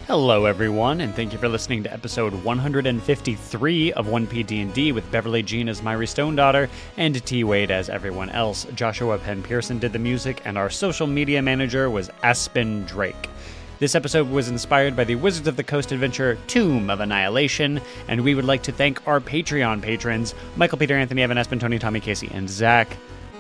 Speaker 2: Hello, everyone, and thank you for listening to episode 153 of 1P D&D with Beverly Jean as Myri Stone Daughter and T. Wade as everyone else. Joshua Penn Pearson did the music, and our social media manager was Aspen Drake. This episode was inspired by the Wizards of the Coast adventure Tomb of Annihilation, and we would like to thank our Patreon patrons, Michael, Peter, Anthony, Evan, Aspen, Tony, Tommy, Casey, and Zach.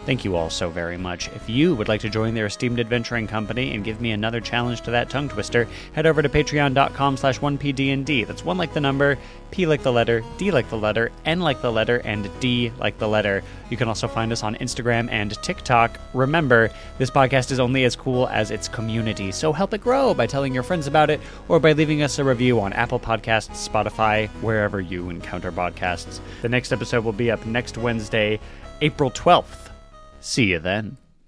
Speaker 2: Thank you all so very much. If you would like to join their esteemed adventuring company and give me another challenge to that tongue twister, head over to patreon.com slash 1pdnd. That's 1 like the number, P like the letter, D like the letter, N like the letter, and D like the letter. You can also find us on Instagram and TikTok. Remember, this podcast is only as cool as its community, so help it grow by telling your friends about it or by leaving us a review on Apple Podcasts, Spotify, wherever you encounter podcasts. The next episode will be up next Wednesday, April 12th. See you then.